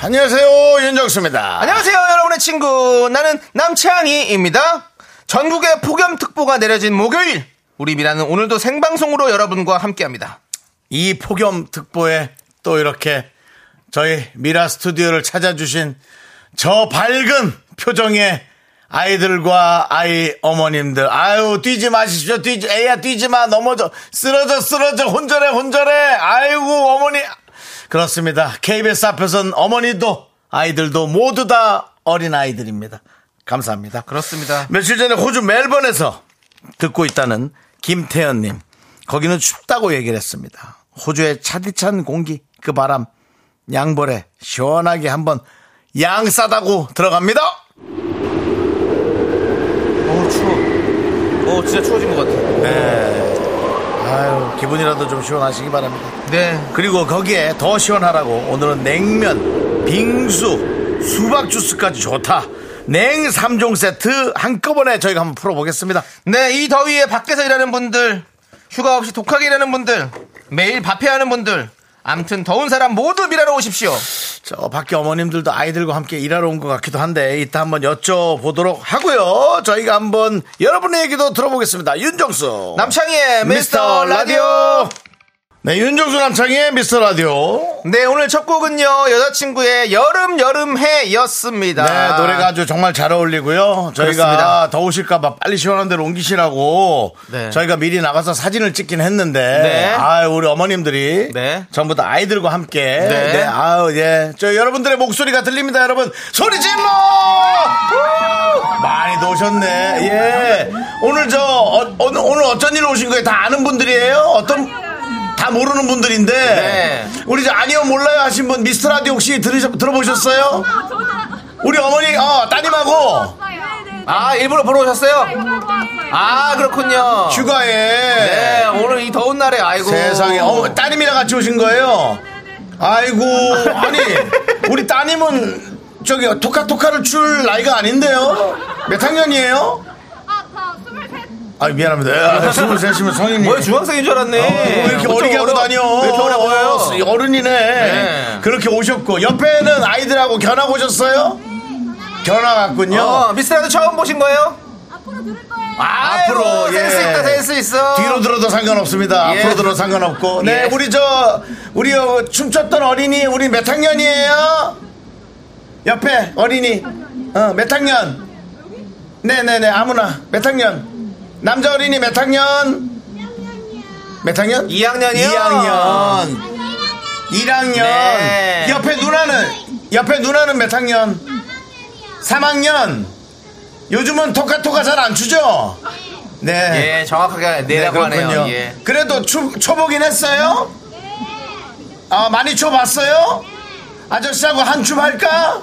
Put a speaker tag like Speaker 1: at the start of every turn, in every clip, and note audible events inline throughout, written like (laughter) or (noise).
Speaker 1: 안녕하세요 윤정수입니다.
Speaker 2: 안녕하세요, 여러분의 친구. 나는 남창희입니다. 전국에 폭염특보가 내려진 목요일. 우리 미라는 오늘도 생방송으로 여러분과 함께합니다.
Speaker 1: 이 폭염 특보에 또 이렇게 저희 미라 스튜디오를 찾아주신 저 밝은 표정의 아이들과 아이 어머님들 아유 뛰지 마십시오 뛰지 애야 뛰지 마 넘어져 쓰러져 쓰러져 혼절해 혼절해 아이고 어머니 그렇습니다 KBS 앞에선 어머니도 아이들도 모두 다 어린 아이들입니다 감사합니다
Speaker 2: 그렇습니다.
Speaker 1: 며칠 전에 호주 멜번에서 듣고 있다는 김태현님. 거기는 춥다고 얘기를 했습니다. 호주의 차디찬 공기, 그 바람, 양벌에 시원하게 한번 양 싸다고 들어갑니다.
Speaker 2: 어, 추워. 어, 진짜 추워진 것 같아.
Speaker 1: 아유, 기분이라도 좀 시원하시기 바랍니다.
Speaker 2: 네.
Speaker 1: 그리고 거기에 더 시원하라고 오늘은 냉면, 빙수, 수박 주스까지 좋다. 냉 3종 세트 한꺼번에 저희가 한번 풀어보겠습니다.
Speaker 2: 네, 이 더위에 밖에서 일하는 분들, 휴가 없이 독하게 일하는 분들, 매일 밥해야 하는 분들, 암튼 더운 사람 모두 미라로 오십시오.
Speaker 1: 저 밖에 어머님들도 아이들과 함께 일하러 온 것 같기도 한데 이따 한번 여쭤보도록 하고요. 저희가 한번 여러분의 얘기도 들어보겠습니다. 윤정수
Speaker 2: 남창희의 미스터 라디오.
Speaker 1: 네, 윤정수 남창희의 미스터 라디오.
Speaker 2: 네, 오늘 첫 곡은요, 여자친구의 여름, 여름해였습니다.
Speaker 1: 네, 노래가 아주 정말 잘 어울리고요. 저희가
Speaker 2: 그렇습니다.
Speaker 1: 더우실까봐 빨리 시원한 데로 옮기시라고
Speaker 2: 네.
Speaker 1: 저희가 미리 나가서 사진을 찍긴 했는데,
Speaker 2: 네.
Speaker 1: 아유, 우리 어머님들이
Speaker 2: 네.
Speaker 1: 전부 다 아이들과 함께,
Speaker 2: 네.
Speaker 1: 네, 아유, 예. 저 여러분들의 목소리가 들립니다, 여러분. 소리 질러! 우! 많이 노셨네, 예. 오늘 저, 어, 오늘, 오늘 어쩐 일로 오신 거예요? 다 아는 분들이에요? 어떤, 다 모르는 분들인데,
Speaker 2: 네.
Speaker 1: 우리 저 아니요, 몰라요 하신 분, 미스터 라디오 혹시 들으셔, 들어보셨어요? 우리 어머니, 어, 따님하고
Speaker 2: 아, 일부러 보러 오셨어요? 아, 그렇군요.
Speaker 1: 휴가에
Speaker 2: 네, 오늘 이 더운 날에 아이고.
Speaker 1: 세상에, 어, 따님이랑 같이 오신 거예요? 아이고, 아니, 우리 따님은 저기 토카토카를 출 나이가 아닌데요? 몇 학년이에요? 아, 미안합니다. 스물셋이면 성인이.
Speaker 2: 뭐야 중학생인 네. 줄 알았네.
Speaker 1: 어, 왜 이렇게
Speaker 2: 어쩜
Speaker 1: 어리게 하고
Speaker 2: 어려-
Speaker 1: 다녀?
Speaker 2: 왜 이렇게 어려 보여요?
Speaker 1: 어, 어른이네.
Speaker 2: 네.
Speaker 1: 그렇게 오셨고, 옆에는 아이들하고 견학 오셨어요? 견학 왔군요.
Speaker 2: 어, 미스터라도 처음 보신 거예요?
Speaker 1: 앞으로,
Speaker 2: 아이고,
Speaker 1: 예.
Speaker 2: 센스 있다 센스 있어.
Speaker 1: 뒤로 들어도 상관없습니다.
Speaker 2: 예.
Speaker 1: 앞으로 들어도 상관없고. 네,
Speaker 2: 예.
Speaker 1: 우리 저 우리 어, 춤췄던 어린이 우리 몇 학년이에요? 옆에 어린이 어, 몇 학년? 네, 네, 네. 아무나 몇 학년? 남자 어린이 몇 학년? 몇 학년?
Speaker 2: 2학년이요.
Speaker 1: 2학년. 1학년.
Speaker 2: 네.
Speaker 1: 옆에 누나는 옆에 누나는 몇 학년? 3학년. 요즘은 토카토카 잘 안 추죠? 네.
Speaker 2: 예, 정확하게 내라고 하네요. 예.
Speaker 1: 그래도 초, 초보긴 했어요? 아, 많이 초봤어요? 아저씨하고 한 춤 할까?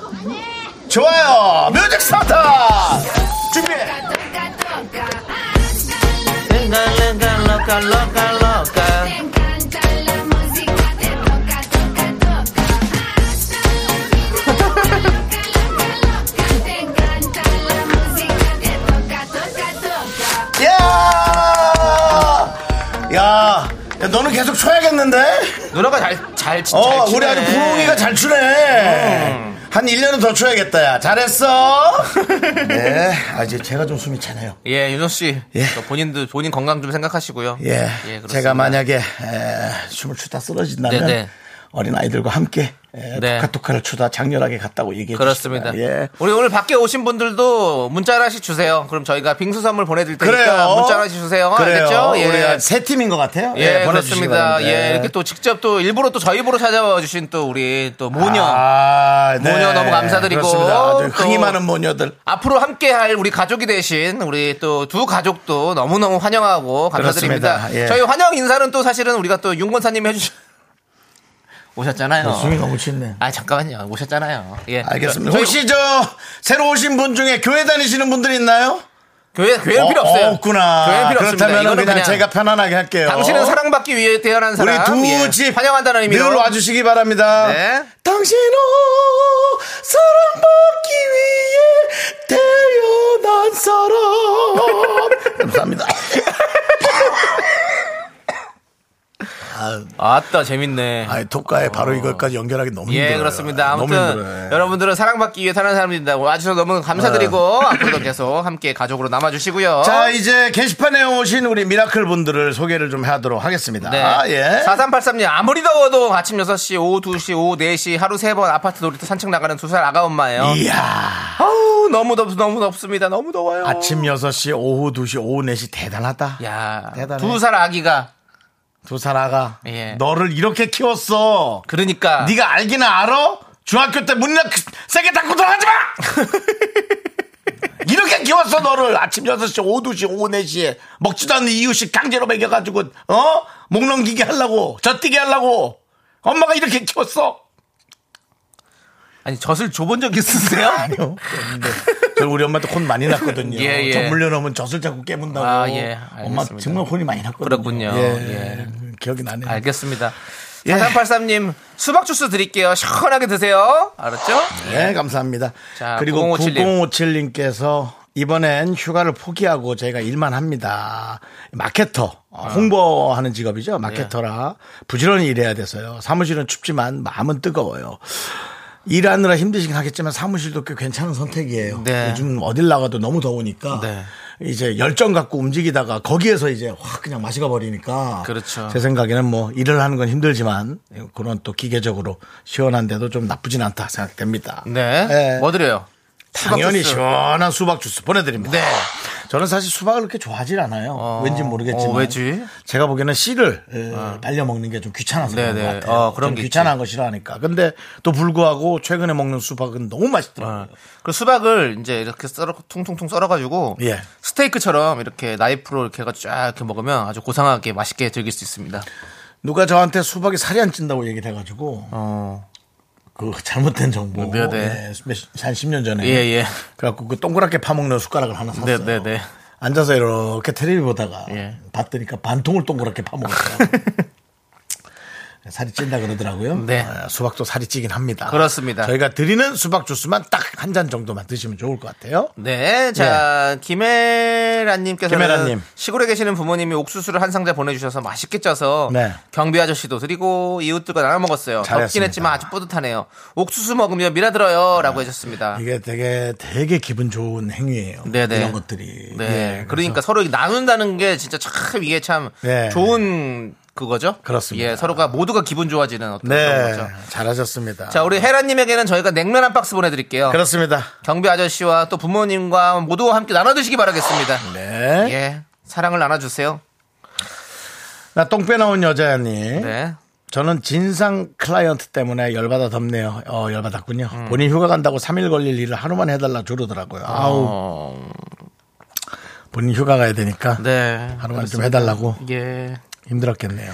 Speaker 1: 좋아요. 뮤직 스타트! 준비! 예! 야! 야, 야, 너는 계속 쳐야겠는데?
Speaker 2: 누나가 잘 잘 잘.
Speaker 1: 어,
Speaker 2: 추네. 음.
Speaker 1: 우리 아주 부엉이가 잘 추네. 한 1년은 더 쳐야겠다, 야.
Speaker 2: (laughs)
Speaker 1: 잘했어. 네. 아, 이제 제가 좀 숨이 차네요.
Speaker 2: 예, 윤호 씨.
Speaker 1: 예.
Speaker 2: 저 본인도 본인 건강 좀 생각하시고요.
Speaker 1: 예.
Speaker 2: 그렇습니다.
Speaker 1: 제가 만약에 에, 춤을 추다 쓰러진다면
Speaker 2: 네, 네.
Speaker 1: 어린 아이들과 함께 에,
Speaker 2: 네.
Speaker 1: 토카토카를 추다 장렬하게 갔다고 얘기해
Speaker 2: 그렇습니다.
Speaker 1: 주시기 바랍니다. 예.
Speaker 2: 우리 오늘 밖에 오신 분들도 문자 하나씩 주세요. 그럼 저희가 빙수 선물 보내드릴 테니까
Speaker 1: 그래요.
Speaker 2: 그러니까 문자 하나씩 주세요.
Speaker 1: 그래요.
Speaker 2: 알겠죠? 예.
Speaker 1: 우리 한세 팀인 것 같아요.
Speaker 2: 예,
Speaker 1: 보내주시기
Speaker 2: 그렇습니다.
Speaker 1: 바랍니다.
Speaker 2: 예, 이렇게 또 직접 또 일부러 또 저희 보러 찾아와 주신 또 우리 또 모녀.
Speaker 1: 아, 네.
Speaker 2: 모녀 너무 감사드리고
Speaker 1: 그렇습니다. 아주
Speaker 2: 또-
Speaker 1: 흥이 많은 모녀들.
Speaker 2: 앞으로 함께 할 우리 가족이 되신 우리 또 두 가족도 너무너무 환영하고 감사드립니다.
Speaker 1: 그렇습니다. 예.
Speaker 2: 저희 환영 인사는 또 사실은 우리가 또 윤권사님이 해주신 (laughs) 오셨잖아요.
Speaker 1: 숨이 너무 짙네.
Speaker 2: 아 잠깐만요. 오셨잖아요. 예.
Speaker 1: 알겠습니다.
Speaker 2: 저희
Speaker 1: 혹시 저 새로 오신 분 중에 교회 다니시는 분들이 있나요?
Speaker 2: 교회 교회
Speaker 1: 어,
Speaker 2: 필요 없어요.
Speaker 1: 어, 없구나.
Speaker 2: 교회 필요 없습니다.
Speaker 1: 그렇다면
Speaker 2: 이거는
Speaker 1: 그냥, 제가 편안하게 할게요.
Speaker 2: 당신은 사랑받기 위해 태어난
Speaker 1: 어? 우리
Speaker 2: 사람. 예,
Speaker 1: 두집
Speaker 2: 환영한다는 의미로
Speaker 1: 늘 와주시기 바랍니다.
Speaker 2: 네.
Speaker 1: 당신은 사랑받기 위해 태어난
Speaker 2: (laughs)
Speaker 1: 사람. 감사합니다.
Speaker 2: 아따 재밌네.
Speaker 1: 아이 독가에 바로 이것까지 연결하기 너무
Speaker 2: 어. 예,
Speaker 1: 힘들어요.
Speaker 2: 그렇습니다.
Speaker 1: 너무
Speaker 2: 아무튼
Speaker 1: 힘들어요. 네.
Speaker 2: 여러분들은 사랑받기 위해 사는 사람들입니다. 와주셔서 너무 감사드리고 (laughs) 앞으로도 계속 함께 가족으로 남아주시고요.
Speaker 1: 네. 자 이제 게시판에 오신 우리 미라클 분들을 소개를 좀 하도록 하겠습니다.
Speaker 2: 네.
Speaker 1: 아, 예.
Speaker 2: 4383님, 아무리 더워도 아침 6시, 오후 2시, 오후 4시, 하루 3번 아파트 놀이터 산책 나가는 두 살 아가 엄마예요.
Speaker 1: 이야
Speaker 2: 아우, 너무 덥, 너무 덥습니다. 너무 더워요.
Speaker 1: 아침 6시 오후 2시 오후 4시 대단하다.
Speaker 2: 야,
Speaker 1: 대단해.
Speaker 2: 두 살 아기가.
Speaker 1: 두 사라가
Speaker 2: 예.
Speaker 1: 너를 이렇게 키웠어.
Speaker 2: 그러니까.
Speaker 1: 네가 알기는 알아? 중학교 때 문이나 크- 세게 닫고 (laughs) 들어가지 마! 이렇게 키웠어, 너를. 아침 6시, 오후 2시, 오후 4시에. 먹지도 않는 이유식 강제로 먹여가지고, 어? 목 넘기게 하려고, 젖뛰게 하려고. 엄마가 이렇게 키웠어.
Speaker 2: 아니, 젖을 줘본 적 있으세요?
Speaker 1: 아니요. 없는데. 어? 저 우리 엄마한테 혼 많이 (laughs) 났거든요.
Speaker 2: 예, 예.
Speaker 1: 젖 물려놓으면 젖을 자꾸 깨문다고.
Speaker 2: 아, 예.
Speaker 1: 엄마
Speaker 2: 알겠습니다.
Speaker 1: 정말 혼이 많이 났거든요.
Speaker 2: 그렇군요.
Speaker 1: 예. 기억이 나네요.
Speaker 2: 알겠습니다.
Speaker 1: 예.
Speaker 2: 4383님, 수박 주스 드릴게요. 시원하게 드세요. 알았죠?
Speaker 1: 네, 감사합니다.
Speaker 2: 자,
Speaker 1: 그리고
Speaker 2: 9057님.
Speaker 1: 9057님께서 이번엔 휴가를 포기하고 저희가 일만 합니다. 마케터, 어,
Speaker 2: 아.
Speaker 1: 홍보하는
Speaker 2: 예.
Speaker 1: 직업이죠. 마케터라 부지런히 일해야 돼서요. 사무실은 춥지만 마음은 뜨거워요. 일하느라 힘드시긴 하겠지만 사무실도 꽤 괜찮은 선택이에요.
Speaker 2: 네.
Speaker 1: 요즘 어딜 나가도 너무 더우니까
Speaker 2: 네.
Speaker 1: 이제 열정 갖고 움직이다가 거기에서 이제 확 그냥 마시가 버리니까
Speaker 2: 그렇죠. 네.
Speaker 1: 제 생각에는 뭐 일을 하는 건 힘들지만 그런 또 기계적으로 시원한데도 좀 나쁘진 않다 생각됩니다.
Speaker 2: 네.
Speaker 1: 예.
Speaker 2: 뭐 드려요? 수박
Speaker 1: 당연히
Speaker 2: 주스.
Speaker 1: 시원한 수박 주스 보내드립니다.
Speaker 2: 네.
Speaker 1: 저는 사실 수박을 그렇게 좋아하진 않아요. 왠지 모르겠지만.
Speaker 2: 어, 왜지? 어.
Speaker 1: 제가 보기에는 씨를 에, 발려 먹는 게 좀 귀찮아서 그런
Speaker 2: 네네.
Speaker 1: 것 같아요.
Speaker 2: 어, 그런
Speaker 1: 좀
Speaker 2: 게
Speaker 1: 귀찮은 거 싫어하니까. 근데 또 불구하고 최근에 먹는 수박은 너무 맛있더라고요.
Speaker 2: 어. 그 수박을 이제 이렇게 썰어 퉁퉁퉁 썰어가지고
Speaker 1: 예.
Speaker 2: 스테이크처럼 이렇게 나이프로 이렇게 해가지고 쫙 이렇게 먹으면 아주 고상하게 맛있게 즐길 수 있습니다.
Speaker 1: 누가 저한테 수박이 살이 안 찐다고 얘기를 해가지고
Speaker 2: 어,
Speaker 1: 그 잘못된 정보.
Speaker 2: 몇 해?
Speaker 1: 예, 몇, 한 10년 전에.
Speaker 2: 예, 예.
Speaker 1: 그래갖고 그 동그랗게 파먹는 숟가락을 하나 샀어요.
Speaker 2: 네, 네, 네.
Speaker 1: 앉아서 이렇게 텔레비 보다가
Speaker 2: 예.
Speaker 1: 봤더니까 반통을 동그랗게
Speaker 2: (laughs)
Speaker 1: 파먹었어요. 살이 찐다 그러더라고요.
Speaker 2: 네.
Speaker 1: 아, 수박도 살이 찌긴 합니다.
Speaker 2: 그렇습니다.
Speaker 1: 저희가 드리는 수박 주스만 딱 한 잔 정도만 드시면 좋을 것 같아요.
Speaker 2: 네, 자 김혜란님께서는
Speaker 1: 예. 김혜란님.
Speaker 2: 시골에 계시는 부모님이 옥수수를 한 상자 보내주셔서 맛있게 쪄서
Speaker 1: 네.
Speaker 2: 경비 아저씨도 드리고 이웃들과 나눠 먹었어요. 덥긴
Speaker 1: 잘했습니다.
Speaker 2: 했지만 아주 뿌듯하네요. 옥수수 먹으면 미라들어요라고 해줬습니다.
Speaker 1: 이게 되게 되게 기분 좋은 행위예요.
Speaker 2: 네네.
Speaker 1: 이런 것들이.
Speaker 2: 네,
Speaker 1: 예,
Speaker 2: 그러니까 서로 나눈다는 게 진짜 참 이게 참
Speaker 1: 네.
Speaker 2: 좋은 그거죠.
Speaker 1: 그렇습니다.
Speaker 2: 예, 서로가 모두가 기분 좋아지는 어떤 그런
Speaker 1: 네.
Speaker 2: 거죠.
Speaker 1: 잘하셨습니다.
Speaker 2: 그렇죠. 자, 우리 헤라님에게는 저희가 냉면 한 박스 보내드릴게요.
Speaker 1: 그렇습니다.
Speaker 2: 경비 아저씨와 또 부모님과 모두와 함께 나눠드시기 바라겠습니다.
Speaker 1: 네.
Speaker 2: 예, 사랑을 나눠주세요.
Speaker 1: 나 똥 빼나온 여자야님.
Speaker 2: 네.
Speaker 1: 저는 진상 클라이언트 때문에 열받아 덥네요. 어, 열받았군요. 본인 휴가 간다고 3일 걸릴 일을 하루만 해달라 조르더라고요. 아우,
Speaker 2: 어,
Speaker 1: 본인 휴가 가야 되니까
Speaker 2: 네.
Speaker 1: 하루만 좀 해달라고
Speaker 2: 예.
Speaker 1: 힘들었겠네요.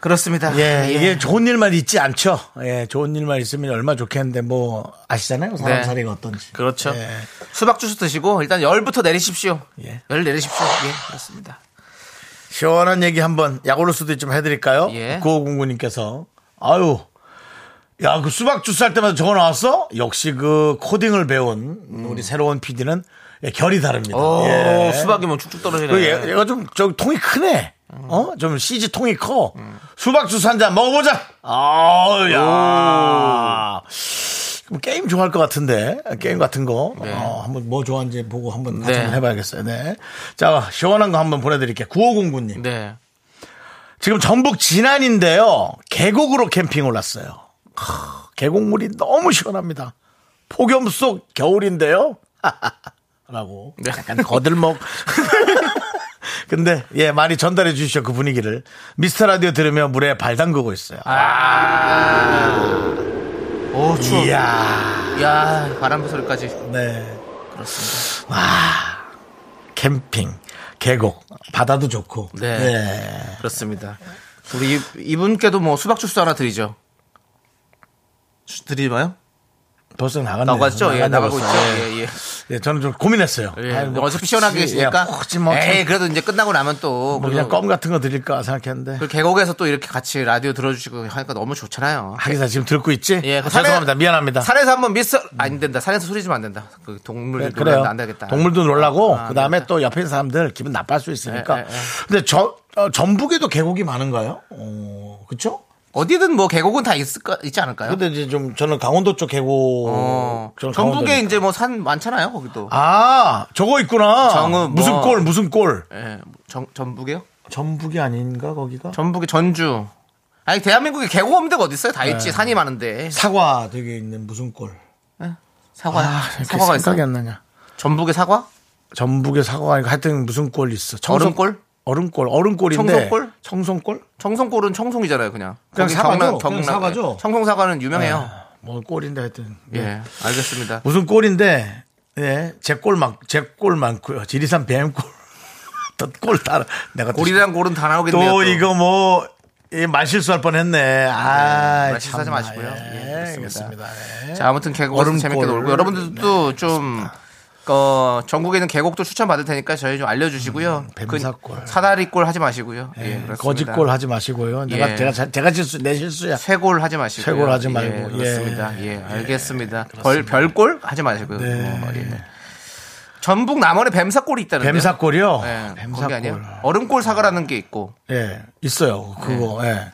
Speaker 2: 그렇습니다.
Speaker 1: 예, 이게 좋은 일만 있지 않죠. 예, 좋은 일만 있으면 얼마 좋겠는데 뭐 아시잖아요. 사람
Speaker 2: 네.
Speaker 1: 살이가 어떤지.
Speaker 2: 그렇죠.
Speaker 1: 예.
Speaker 2: 수박 주스 드시고 일단 열부터 내리십시오.
Speaker 1: 예.
Speaker 2: 열 내리십시오. 예, 그렇습니다.
Speaker 1: 시원한 얘기 한번 약올로스도 좀 해드릴까요?
Speaker 2: 예.
Speaker 1: 구호공구님께서 아유 야 그 수박 주스 할 때마다 저거 나왔어? 역시 그 코딩을 배운 우리 새로운 PD는 예, 결이 다릅니다.
Speaker 2: 음. 오,
Speaker 1: 예.
Speaker 2: 수박이 뭐 쭉쭉 떨어지네.
Speaker 1: 그 얘, 얘가 좀 저 통이 크네. 어? 좀 CG 통이 커. 수박 주스 한 잔 먹어보자. 아우야. 그럼 게임 좋아할 것 같은데 게임 같은 거 어, 한번 뭐 좋아하는지 보고 한번 같이
Speaker 2: 네.
Speaker 1: 한번 해봐야겠어요. 네. 자 시원한 거 한번 보내드릴게요. 9509님.
Speaker 2: 네.
Speaker 1: 지금 전북 진안인데요. 계곡으로 캠핑 올랐어요. 크, 계곡물이 너무 시원합니다. 폭염 속 겨울인데요. (laughs) 라고
Speaker 2: 네.
Speaker 1: 약간 거들먹. (laughs) 근데 예 많이 전달해 주시죠 그 분위기를 미스터 라디오 들으며 물에 발 담그고 있어요.
Speaker 2: 아. 오, 아, 추워. 야
Speaker 1: 이야,
Speaker 2: 바람 소리까지.
Speaker 1: 네 와 캠핑 계곡 바다도 좋고 예. 네.
Speaker 2: 네. 그렇습니다. 우리 이- 이분께도 뭐 수박 주스 하나 드리죠. 드리봐요?
Speaker 1: 네, 벌써 나갔네요.
Speaker 2: 나가고 있죠? 예,
Speaker 1: 나갔네,
Speaker 2: 나가고
Speaker 1: 벌써.
Speaker 2: 있죠?
Speaker 1: 예.
Speaker 2: 예, 예.
Speaker 1: 예, 저는 좀 고민했어요.
Speaker 2: 예,
Speaker 1: 아이, 뭐
Speaker 2: 어차피 시원하게
Speaker 1: 굳이,
Speaker 2: 계시니까.
Speaker 1: 예, 굳이 뭐
Speaker 2: 에이,
Speaker 1: 참-
Speaker 2: 그래도 이제 끝나고 나면 또.
Speaker 1: 뭐 그냥
Speaker 2: 그래도
Speaker 1: 껌 같은 거 드릴까 생각했는데.
Speaker 2: 그 계곡에서 또 이렇게 같이 라디오 들어주시고 하니까 너무 좋잖아요.
Speaker 1: 하기사 지금 듣고 있지?
Speaker 2: 예,
Speaker 1: 아,
Speaker 2: 그 산에-
Speaker 1: 죄송합니다. 미안합니다.
Speaker 2: 산에서 한번 미스 안 된다. 산에서 소리 좀 안 된다. 그 동물
Speaker 1: 네,
Speaker 2: 놀라안 되겠다.
Speaker 1: 동물도 놀라고
Speaker 2: 아,
Speaker 1: 그 다음에
Speaker 2: 안
Speaker 1: 또 옆에 있는 사람들 기분 나빠할 수 있으니까.
Speaker 2: 예, 예, 예.
Speaker 1: 근데 저 어, 전북에도 계곡이 많은가요? 어, 그렇죠?
Speaker 2: 어디든 뭐 계곡은 다 있을 거, 있지 않을까요?
Speaker 1: 근데 이제 좀 저는 강원도 쪽 계곡.
Speaker 2: 네? 어,
Speaker 1: 저는
Speaker 2: 전북에
Speaker 1: 강원도니까.
Speaker 2: 이제 뭐 산 많잖아요. 거기도.
Speaker 1: 아 저거 있구나.
Speaker 2: 정읍,
Speaker 1: 무슨
Speaker 2: 뭐.
Speaker 1: 꼴 무슨 꼴?
Speaker 2: 예, 정- 전북이요?
Speaker 1: 전북이 아닌가 거기가?
Speaker 2: 전북이 전주. 아니 대한민국에 계곡 없는 데가 어디 있어요? 다
Speaker 1: 네.
Speaker 2: 있지 산이 많은데
Speaker 1: 사과 되게 있는 무슨 꼴?
Speaker 2: 사과
Speaker 1: 아, 이렇게
Speaker 2: 사과가 있어.
Speaker 1: 생각이 안 나냐?
Speaker 2: 전북에 사과?
Speaker 1: 전북에 사과가 아니고 하여튼 무슨 꼴 있어?
Speaker 2: 얼음골?
Speaker 1: 얼음골 얼음골인데.
Speaker 2: 청송골?
Speaker 1: 청송골?
Speaker 2: 청송골은 청송이잖아요, 그냥.
Speaker 1: 그냥
Speaker 2: 거기
Speaker 1: 사과죠.
Speaker 2: 경남-
Speaker 1: 그냥
Speaker 2: 경남-
Speaker 1: 사과죠.
Speaker 2: 청송 사과는 유명해요.
Speaker 1: 뭐 꼴인데 하여튼.
Speaker 2: 예, 알겠습니다.
Speaker 1: 무슨 골인데 예, 제골 많, 제골 많고요. 지리산 뱀골, (laughs) 또골 따라 내가 또-
Speaker 2: 골이랑 골은 다 나오겠네요.
Speaker 1: 또 이거 뭐 예, 말실수할 뻔했네. 아,
Speaker 2: 네, 말실수하지
Speaker 1: 참나.
Speaker 2: 마시고요. 예,
Speaker 1: 예,
Speaker 2: 그렇습니다.
Speaker 1: 그렇습니다. 예.
Speaker 2: 자, 아무튼 계곡에서
Speaker 1: 얼음골. 네.
Speaker 2: 재밌게 놀고 여러분들도 좀 어, 전국에 있는 계곡도 추천 받을 테니까 저희 좀 알려주시고요.
Speaker 1: 음, 뱀사골. 네,
Speaker 2: 그 사다리골 하지 마시고요. 예, 그렇습니다.
Speaker 1: 거짓골 하지 마시고요. 내가
Speaker 2: 예.
Speaker 1: 제가 자- 제가 실수 내 실수야.
Speaker 2: 쇠골 하지 마시고
Speaker 1: 쇠골 하지
Speaker 2: 예,
Speaker 1: 말고.
Speaker 2: 그렇습니다. 예, 알겠습니다. 벌 별골 하지 마시고요.
Speaker 1: 네.
Speaker 2: 어, 예. 전북 남원에 뱀사골이 있다는데요.
Speaker 1: 뱀사골이요. 아,
Speaker 2: 예, 거기
Speaker 1: 뱀사골.
Speaker 2: 아니에요. 얼음골 사과라는 게 있고
Speaker 1: 예, 있어요.
Speaker 2: 네.
Speaker 1: 그거. 예.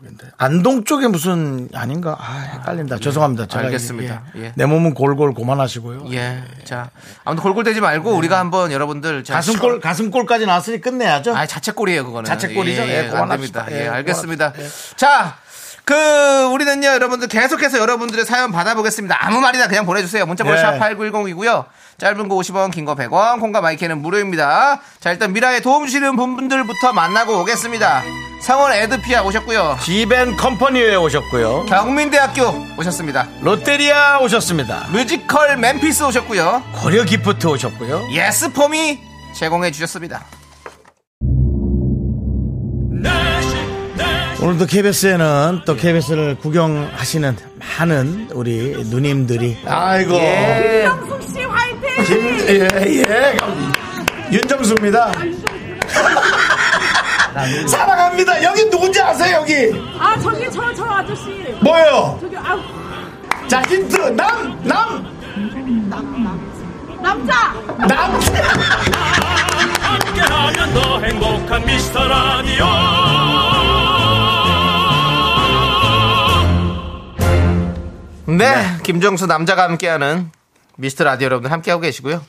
Speaker 1: 거긴데. 안동 쪽에 무슨 아닌가? 아, 헷갈린다. 죄송합니다. 제가
Speaker 2: 예. 알겠습니다.
Speaker 1: 이게-
Speaker 2: 예.
Speaker 1: 내 몸은 골골 고만하시고요.
Speaker 2: 예. 자, 아무튼 골골대지 말고 우리가 한번 여러분들
Speaker 1: 네.
Speaker 2: 자,
Speaker 1: 가슴골 가슴골까지 나왔으니 끝내야죠.
Speaker 2: 아, 자책골이에요, 그거는.
Speaker 1: 자책골이죠? 예,
Speaker 2: 안
Speaker 1: 고만합시다.
Speaker 2: 됩니다. 예,
Speaker 1: 예,
Speaker 2: 알겠습니다. 자, 그 우리는요, 여러분들 계속해서 여러분들의 사연 받아보겠습니다. 아무 말이나 그냥 보내주세요. 문자번호
Speaker 1: 예.
Speaker 2: 샵 8910이고요. 짧은 거 50원, 긴 거 100원, 콩과 마이크는 무료입니다. 자, 일단 미라에 도움 주시는 분들부터 만나고 오겠습니다. 상원 에드피아 오셨고요.
Speaker 1: 지벤 컴퍼니에 오셨고요.
Speaker 2: 경민대학교 오셨습니다.
Speaker 1: 롯데리아 오셨습니다.
Speaker 2: 뮤지컬 맨피스 오셨고요.
Speaker 1: 고려 기프트 오셨고요.
Speaker 2: 예스폼이 제공해 주셨습니다.
Speaker 3: 내식 내식
Speaker 1: 오늘도 KBS에는 또 KBS를 구경하시는 많은 우리 누님들이 아이고
Speaker 2: 예. 아,
Speaker 1: 김- 예, 예. 윤정수입니다. 사랑합니다. 여기 누군지 아세요? 여기
Speaker 4: 아 저기 저 저 아저씨
Speaker 1: 뭐예요?
Speaker 4: 저기 아
Speaker 1: 자 힌트 남 남,
Speaker 4: 남자
Speaker 1: 남.
Speaker 3: 함께하면 더 행복한 미스터 라디오
Speaker 2: 네, 김정수 남자가 함께하는 미스터 라디오 여러분들 함께하고 계시고요.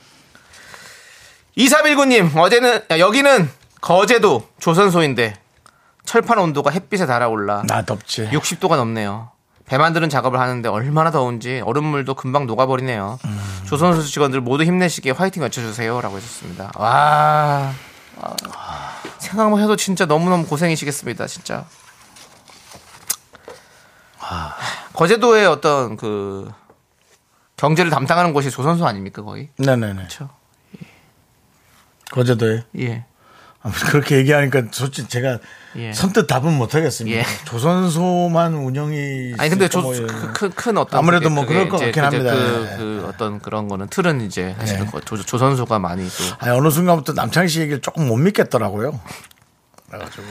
Speaker 2: 2319님, 어제는, 야, 여기는 거제도 조선소인데 철판 온도가 햇빛에 달아올라
Speaker 1: 나 덥지.
Speaker 2: 60도가 네. 넘네요. 배 만드는 작업을 하는데 얼마나 더운지 얼음물도 금방 녹아버리네요.
Speaker 1: 음.
Speaker 2: 조선소 직원들 모두 힘내시게 화이팅 외쳐주세요. 라고 해줬습니다. 와. 아, 생각만 해도 진짜 너무너무 고생이시겠습니다. 진짜. 거제도의 어떤 그 경제를 담당하는 곳이 조선소 아닙니까 거의?
Speaker 1: 네네네.
Speaker 2: 그렇죠.
Speaker 1: 거제도에.
Speaker 2: 예.
Speaker 1: 아무튼 그렇게 얘기하니까 솔직히 제가
Speaker 2: 예.
Speaker 1: 선뜻 답은 못 하겠습니다.
Speaker 2: 예.
Speaker 1: 조선소만 운영이
Speaker 2: 아니 근데 그,
Speaker 1: 있을까 뭐
Speaker 2: 저큰
Speaker 1: 이런.
Speaker 2: 큰, 큰 어떤
Speaker 1: 아무래도
Speaker 2: 그게-
Speaker 1: 뭐
Speaker 2: 그게
Speaker 1: 그럴 것
Speaker 2: 이제
Speaker 1: 같긴
Speaker 2: 그제
Speaker 1: 합니다. 네.
Speaker 2: 그,
Speaker 1: 예.
Speaker 2: 그 어떤 그런 거는 틀은 이제 사실은 그 조, 조선소가 많이 또
Speaker 1: 아니, 어느 순간부터 남창희 씨 얘기를 조금 못 믿겠더라고요. 그래가지고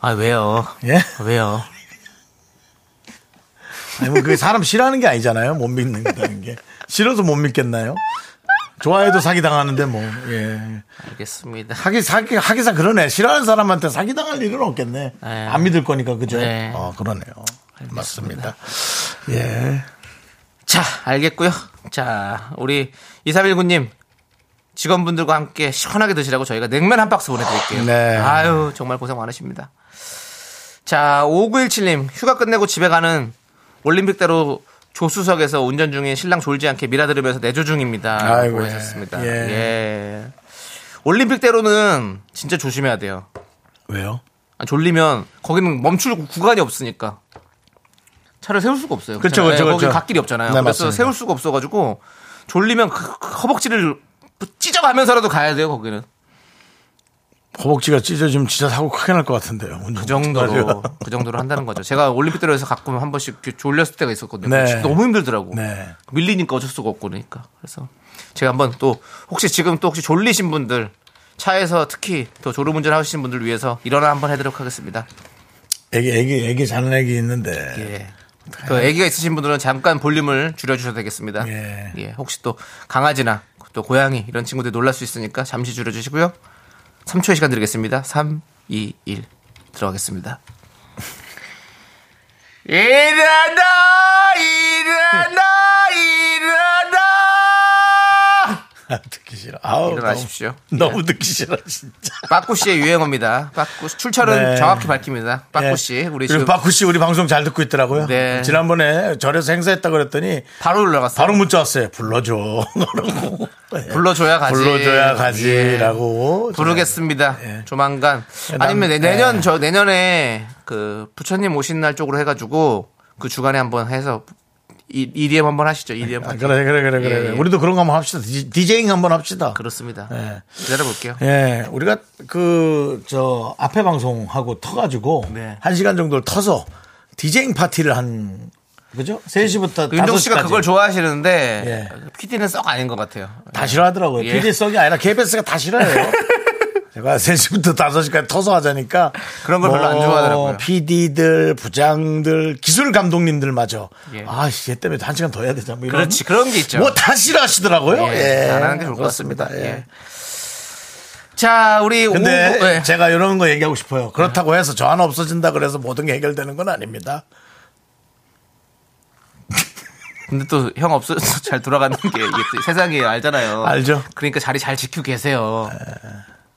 Speaker 2: 아 왜요?
Speaker 1: 예?
Speaker 2: 왜요?
Speaker 1: 아니 뭐그 사람 싫어하는 게 아니잖아요. 못 믿는다는 게 싫어서 못 믿겠나요? 좋아해도 사기 당하는데 뭐 예.
Speaker 2: 알겠습니다.
Speaker 1: 하기 사기 하기사 그러네. 싫어하는 사람한테 사기 당할 일은 없겠네.
Speaker 2: 네.
Speaker 1: 안 믿을 거니까 그죠?
Speaker 2: 네.
Speaker 1: 어 그러네요. 맞습니다. 예.
Speaker 2: 자 알겠고요. 자 우리 2319님 직원분들과 함께 시원하게 드시라고 저희가 냉면 한 박스 보내드릴게요.
Speaker 1: 네.
Speaker 2: 아유 정말 고생 많으십니다. 자 5917님 휴가 끝내고 집에 가는 올림픽대로 조수석에서 운전 중인 신랑 졸지 않게 미라 들으면서 내조 중입니다.
Speaker 1: 아이고,
Speaker 2: 아이고
Speaker 1: 예.
Speaker 2: 하셨습니다.
Speaker 1: 예.
Speaker 2: 예. 올림픽대로는 진짜 조심해야 돼요.
Speaker 1: 왜요?
Speaker 2: 아, 졸리면 거기는 멈출 구간이 없으니까 차를 세울 수가 없어요.
Speaker 1: 그렇죠, 그쵸,
Speaker 2: 그렇잖아요.
Speaker 1: 그쵸,
Speaker 2: 거기
Speaker 1: 그쵸.
Speaker 2: 갓 길이 없잖아요.
Speaker 1: 네,
Speaker 2: 그래서
Speaker 1: 맞습니다.
Speaker 2: 세울 수가 없어가지고 졸리면 그, 그 허벅지를 찢어가면서라도 가야 돼요. 거기는
Speaker 1: 허벅지가 찢어지면 진짜 사고 크게 날 것 같은데요. 운동
Speaker 2: 그
Speaker 1: 못해가지고.
Speaker 2: 정도로 그 정도로 한다는 거죠. 제가 올림픽대로에서 가끔 한 번씩 그 졸렸을 때가 있었거든요.
Speaker 1: 네.
Speaker 2: 진짜 너무 힘들더라고.
Speaker 1: (laughs) 네.
Speaker 2: 밀리니까 어쩔 수가 없고 그러니까. 그래서 제가 한번 또 혹시 지금 또 혹시 졸리신 분들 차에서 특히 더 졸음운전 하시는 분들 위해서 일어나 한번 해드리도록 하겠습니다.
Speaker 1: 애기 애기 애기 자는 애기 있는데
Speaker 2: 예. 그 아기가 있으신 분들은 잠깐 볼륨을 줄여주셔도 되겠습니다.
Speaker 1: 예.
Speaker 2: 예, 혹시 또 강아지나 또 고양이 이런 친구들이 놀랄 수 있으니까 잠시 줄여주시고요. 3초의 시간 드리겠습니다. 3, 2, 1 들어가겠습니다. (laughs) 일어나 일어나 일어나
Speaker 1: (laughs) 듣기 싫어. 아우
Speaker 2: 일어나십시오.
Speaker 1: (laughs) 너무, 너무 듣기 싫어 진짜.
Speaker 2: 빠꾸 씨의 유행어입니다. 빠꾸 출처는
Speaker 1: 네.
Speaker 2: 정확히 밝힙니다.
Speaker 1: 예.
Speaker 2: 빠꾸 네. 씨 우리
Speaker 1: 그리고
Speaker 2: 지금
Speaker 1: 박구 씨 우리 방송 잘 듣고 있더라고요.
Speaker 2: 네.
Speaker 1: 지난번에 절에서 행사했다 그랬더니
Speaker 2: 바로 올라갔어요.
Speaker 1: 바로 문자 왔어요. 불러줘. (laughs) 그러고. 예.
Speaker 2: 불러줘야 가지.
Speaker 1: 불러줘야
Speaker 2: 예.
Speaker 1: 가지라고.
Speaker 2: 부르겠습니다.
Speaker 1: 예.
Speaker 2: 조만간
Speaker 1: 남-
Speaker 2: 아니면 내-
Speaker 1: 네.
Speaker 2: 내년 저 내년에 그 부처님 오신 날 쪽으로 해가지고 그 주간에 한번 해서 이- EDM 한번 하시죠. EDM
Speaker 1: 아, 그래 그래 그래 그래.
Speaker 2: 예, 예.
Speaker 1: 우리도 그런 거 한번 합시다. 디- 디제잉 한번 합시다.
Speaker 2: 그렇습니다.
Speaker 1: 네.
Speaker 2: 기다려볼게요.
Speaker 1: 예, 우리가 그 저 앞에 방송하고 터가지고
Speaker 2: 네.
Speaker 1: 한 시간 정도를 터서 디제잉 파티를 한 그죠? 3시부터
Speaker 2: 윤종
Speaker 1: 5시까지
Speaker 2: 씨가 그걸 좋아하시는데
Speaker 1: 예.
Speaker 2: PD는 썩 아닌 것 같아요.
Speaker 1: 다 싫어하더라고요.
Speaker 2: 예.
Speaker 1: PD성이 아니라 KBS가 다
Speaker 2: (laughs)
Speaker 1: 싫어해요. 제가 3시부터 5시까지 터서 하자니까
Speaker 2: 그런 걸 별로 안 좋아하더라고요.
Speaker 1: PD들, 부장들, 기술 감독님들마저
Speaker 2: 예.
Speaker 1: 아, 씨, 얘 때문에 한 시간 더 해야 되잖아. 뭐 이런.
Speaker 2: 그렇지 그런 게 있죠.
Speaker 1: 뭐 다 싫어하시더라고요.
Speaker 2: 예,
Speaker 1: 예.
Speaker 2: 안 하는 게 좋을 것
Speaker 1: 그렇습니다.
Speaker 2: 같습니다. 예. 자 우리
Speaker 1: 근데
Speaker 2: 오고- 예.
Speaker 1: 제가 이런 거 얘기하고 싶어요. 그렇다고 해서 저 하나 없어진다 그래서 모든 게 해결되는 건 아닙니다.
Speaker 2: 근데 또 형 없어서 (laughs) 잘 돌아가는 게 이게 또 세상이 알잖아요.
Speaker 1: 알죠.
Speaker 2: 그러니까 자리 잘 지키고 계세요.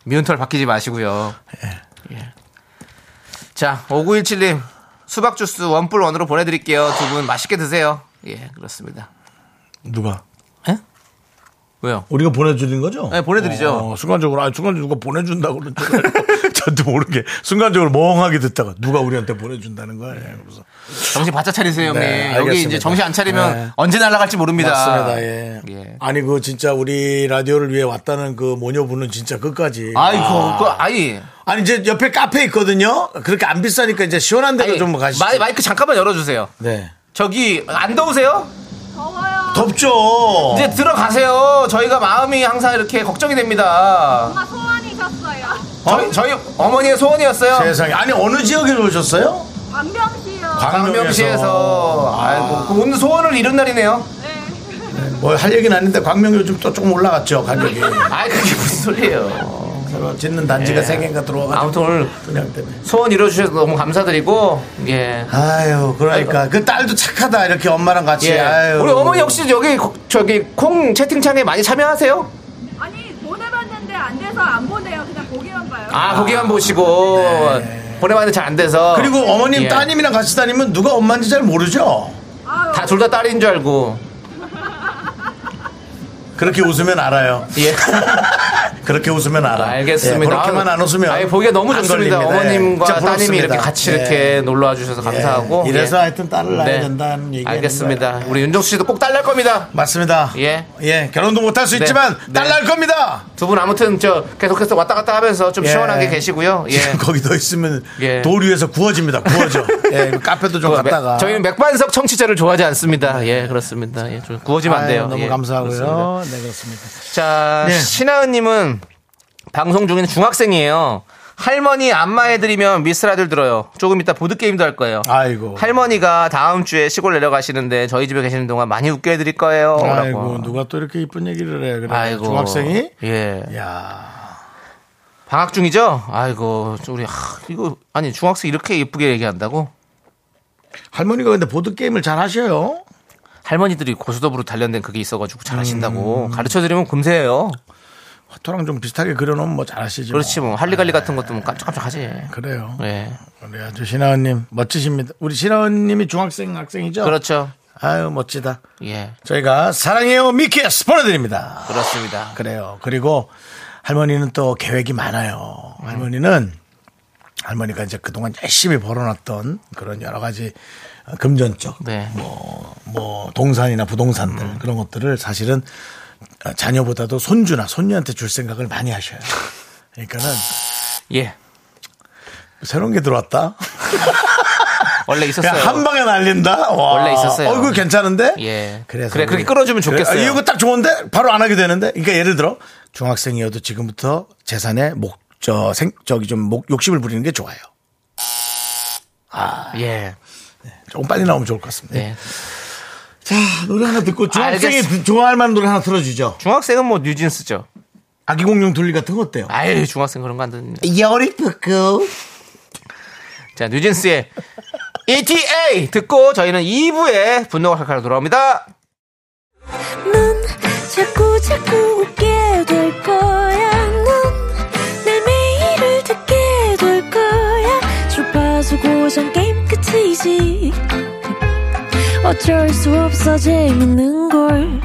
Speaker 2: 미운 털 바뀌지 마시고요. 예. 자, 5917님 수박 주스 원뿔 원으로 보내드릴게요. 두 분 맛있게 드세요. 예, 그렇습니다.
Speaker 1: 누가?
Speaker 2: 왜요?
Speaker 1: 우리가 보내주는 거죠?
Speaker 2: 네, 보내드리죠.
Speaker 1: 어, 순간적으로, 아, 순간적으로 누가 보내준다고 그런 줄 알고 (laughs) 저도 모르게 순간적으로 멍하게 듣다가 누가 우리한테 보내준다는 거야. 예, 그래서.
Speaker 2: 정신 바짝 차리세요, 형님.
Speaker 1: 네,
Speaker 2: 여기
Speaker 1: 알겠습니다.
Speaker 2: 이제 정신 안 차리면
Speaker 1: 네.
Speaker 2: 언제 날아갈지 모릅니다.
Speaker 1: 맞습니다. 예.
Speaker 2: 예.
Speaker 1: 아니, 그 진짜 우리 라디오를 위해 왔다는 그 모녀분은 진짜 끝까지.
Speaker 2: 아이고, 그, 아이.
Speaker 1: 아니, 이제 옆에 카페 있거든요? 그렇게 안 비싸니까 이제 시원한 데로
Speaker 2: 아이,
Speaker 1: 네, 좀 가시죠.
Speaker 2: 마이, 마이크 잠깐만 열어주세요.
Speaker 1: 네.
Speaker 2: 저기, 안 더우세요?
Speaker 4: 더워요.
Speaker 1: 덥죠?
Speaker 2: 이제 들어가세요. 저희가 마음이 항상 이렇게 걱정이 됩니다.
Speaker 4: 엄마 아, 소원이 갔어요.
Speaker 2: 저희, 저희 어머니의 소원이었어요.
Speaker 1: 세상에. 아니, 어느 지역에서 오셨어요?
Speaker 4: 반병시요.
Speaker 2: 아. 광명시에서. 아이고, 그 오늘 소원을 이룬 날이네요.
Speaker 4: 네.
Speaker 1: 뭐 할 얘기는 아닌데 광명 요즘 또 조금 올라갔죠 가격이
Speaker 2: 아이, 그게 무슨 소리예요.
Speaker 1: 새로 짓는 단지가
Speaker 2: 예.
Speaker 1: 세 개가 들어와가지고
Speaker 2: 아무튼 오늘
Speaker 1: 분양 때문에
Speaker 2: 소원 이뤄주셔서 너무 감사드리고, 예.
Speaker 1: 아유 그러니까 그 딸도 착하다 이렇게 엄마랑 같이
Speaker 2: 예.
Speaker 1: 아유
Speaker 2: 우리 어머니 혹시 여기, 거- 저기, 콩 채팅창에 많이 참여하세요?
Speaker 4: 아니 보내봤는데 안 돼서 안 보내요. 그냥 보기만 봐요.
Speaker 2: 아, 거기만 보시고. 보내봤는데 잘 안 돼서.
Speaker 1: 네. 그리고 어머님
Speaker 2: 예.
Speaker 1: 따님이랑 같이 다니면 누가 엄마인지 잘 모르죠
Speaker 4: 아유,
Speaker 2: 다 둘 다 딸인 줄 알고.
Speaker 1: 그렇게 웃으면 알아요
Speaker 2: 예.
Speaker 1: (laughs) 그렇게 웃으면 알아
Speaker 2: 알겠습니다.
Speaker 1: 예, 네, 그렇게만 안 웃으면
Speaker 2: 아니, 보기가 너무
Speaker 1: 안
Speaker 2: 좋습니다.
Speaker 1: 걸립니다. 예.
Speaker 2: 어머님과
Speaker 1: 진짜
Speaker 2: 따님이
Speaker 1: 부럽습니다.
Speaker 2: 이렇게 같이
Speaker 1: 예.
Speaker 2: 이렇게 놀러 와 주셔서 감사하고.
Speaker 1: 예. 이래서
Speaker 2: 예.
Speaker 1: 하여튼 딸을 낳아야
Speaker 2: 네.
Speaker 1: 된다는 얘기
Speaker 2: 알겠습니다. 우리 윤정수 씨도 꼭 딸 날 겁니다.
Speaker 1: 맞습니다
Speaker 2: 예.
Speaker 1: 예 결혼도 못할 수
Speaker 2: 네.
Speaker 1: 있지만 딸
Speaker 2: 네.
Speaker 1: 낳을 겁니다
Speaker 2: 두 분 아무튼 저 계속해서 왔다 갔다 하면서 좀
Speaker 1: 예.
Speaker 2: 시원하게 계시고요. 예.
Speaker 1: (laughs) 거기 더 있으면
Speaker 2: 예.
Speaker 1: 돌 위에서 구워집니다.
Speaker 2: (laughs)
Speaker 1: 구워져. 예, 그 카페도 좀
Speaker 2: 그
Speaker 1: 갔다가.
Speaker 2: 맥- 저희는 맥반석 청취자를 좋아하지 않습니다. 예, 그렇습니다. 예, 좀 구워지면 안
Speaker 1: 아유,
Speaker 2: 돼요.
Speaker 1: 너무
Speaker 2: 예,
Speaker 1: 감사하고요.
Speaker 2: 그렇습니다.
Speaker 1: 네, 그렇습니다.
Speaker 2: 자,
Speaker 1: 네.
Speaker 2: 신하은님은 방송 중인 중학생이에요. 할머니 안마해드리면 미스라들 들어요. 조금 이따 보드게임도 할 거예요.
Speaker 1: 아이고.
Speaker 2: 할머니가 다음 주에 시골 내려가시는데 저희 집에 계시는 동안 많이 웃게 해드릴 거예요.
Speaker 1: 아이고,
Speaker 2: 라고.
Speaker 1: 누가 또 이렇게 이쁜 얘기를 해. 그래.
Speaker 2: 아이고.
Speaker 1: 중학생이?
Speaker 2: 예.
Speaker 1: 야
Speaker 2: 방학 중이죠? 아이고, 저 우리, 하, 이거, 아니, 중학생 이렇게 예쁘게 얘기한다고?
Speaker 1: 할머니가 근데 보드게임을 잘 하셔요.
Speaker 2: 할머니들이 고스톱으로 단련된 그게 있어가지고 잘하신다고 가르쳐드리면 금세예요.
Speaker 1: 허토랑 좀 비슷하게 그려놓으면 뭐 잘 하시죠.
Speaker 2: 그렇지 뭐 할리갈리 같은 것도 뭐 깜짝깜짝하지.
Speaker 1: 그래요.
Speaker 2: 예,
Speaker 1: 우리 아주 신하은님 멋지십니다. 우리 신하은님이 중학생 학생이죠?
Speaker 2: 그렇죠.
Speaker 1: 아유 멋지다.
Speaker 2: 예,
Speaker 1: 저희가 사랑해요 미키스 보내드립니다.
Speaker 2: 그렇습니다.
Speaker 1: 그래요. 그리고 할머니는 또 계획이 많아요. 할머니는 할머니가 이제 그동안 열심히 벌어놨던 그런 여러 가지 금전적
Speaker 2: 네.
Speaker 1: 뭐, 뭐 동산이나 부동산들 그런 것들을 사실은 자녀보다도 손주나 손녀한테 줄 생각을 많이 하셔요. 그러니까는
Speaker 2: 예.
Speaker 1: 새로운 게 들어왔다.
Speaker 2: 원래 있었어요.
Speaker 1: 그냥 한 방에 날린다. 와.
Speaker 2: 원래 있었어요.
Speaker 1: 얼굴 괜찮은데.
Speaker 2: 예.
Speaker 1: 그래서
Speaker 2: 그래, 그렇게
Speaker 1: 우리-
Speaker 2: 끌어주면
Speaker 1: 그래,
Speaker 2: 좋겠어요.
Speaker 1: 아, 이거 딱 좋은데 바로 안 하게 되는데. 그러니까 예를 들어 중학생이어도 지금부터 재산에 목저생 저기 좀 목, 욕심을 부리는 게 좋아요.
Speaker 2: 예.
Speaker 1: 조금 빨리 나오면 좋을 것 같습니다.
Speaker 2: 네.
Speaker 1: 자 노래 하나 듣고 중학생이
Speaker 2: 알겠습니다.
Speaker 1: 좋아할 만한 노래 하나 틀어주죠.
Speaker 2: 중학생은 뭐 뉴진스죠.
Speaker 1: 아기 공룡 둘리 같은 거 어때요?
Speaker 2: 아유, 중학생 그런 거 안 듣는데.
Speaker 1: 열이 푸고
Speaker 2: 자, 뉴진스의 ETA 듣고 저희는 2부에 분노가 칼칼 돌아옵니다.
Speaker 5: 넌 자꾸 자꾸 웃게 될 거야. 넌내 매일을 듣게 될 거야. 주파수 고정 게임 끝이지. 어쩔 수 없어 재밌는 걸.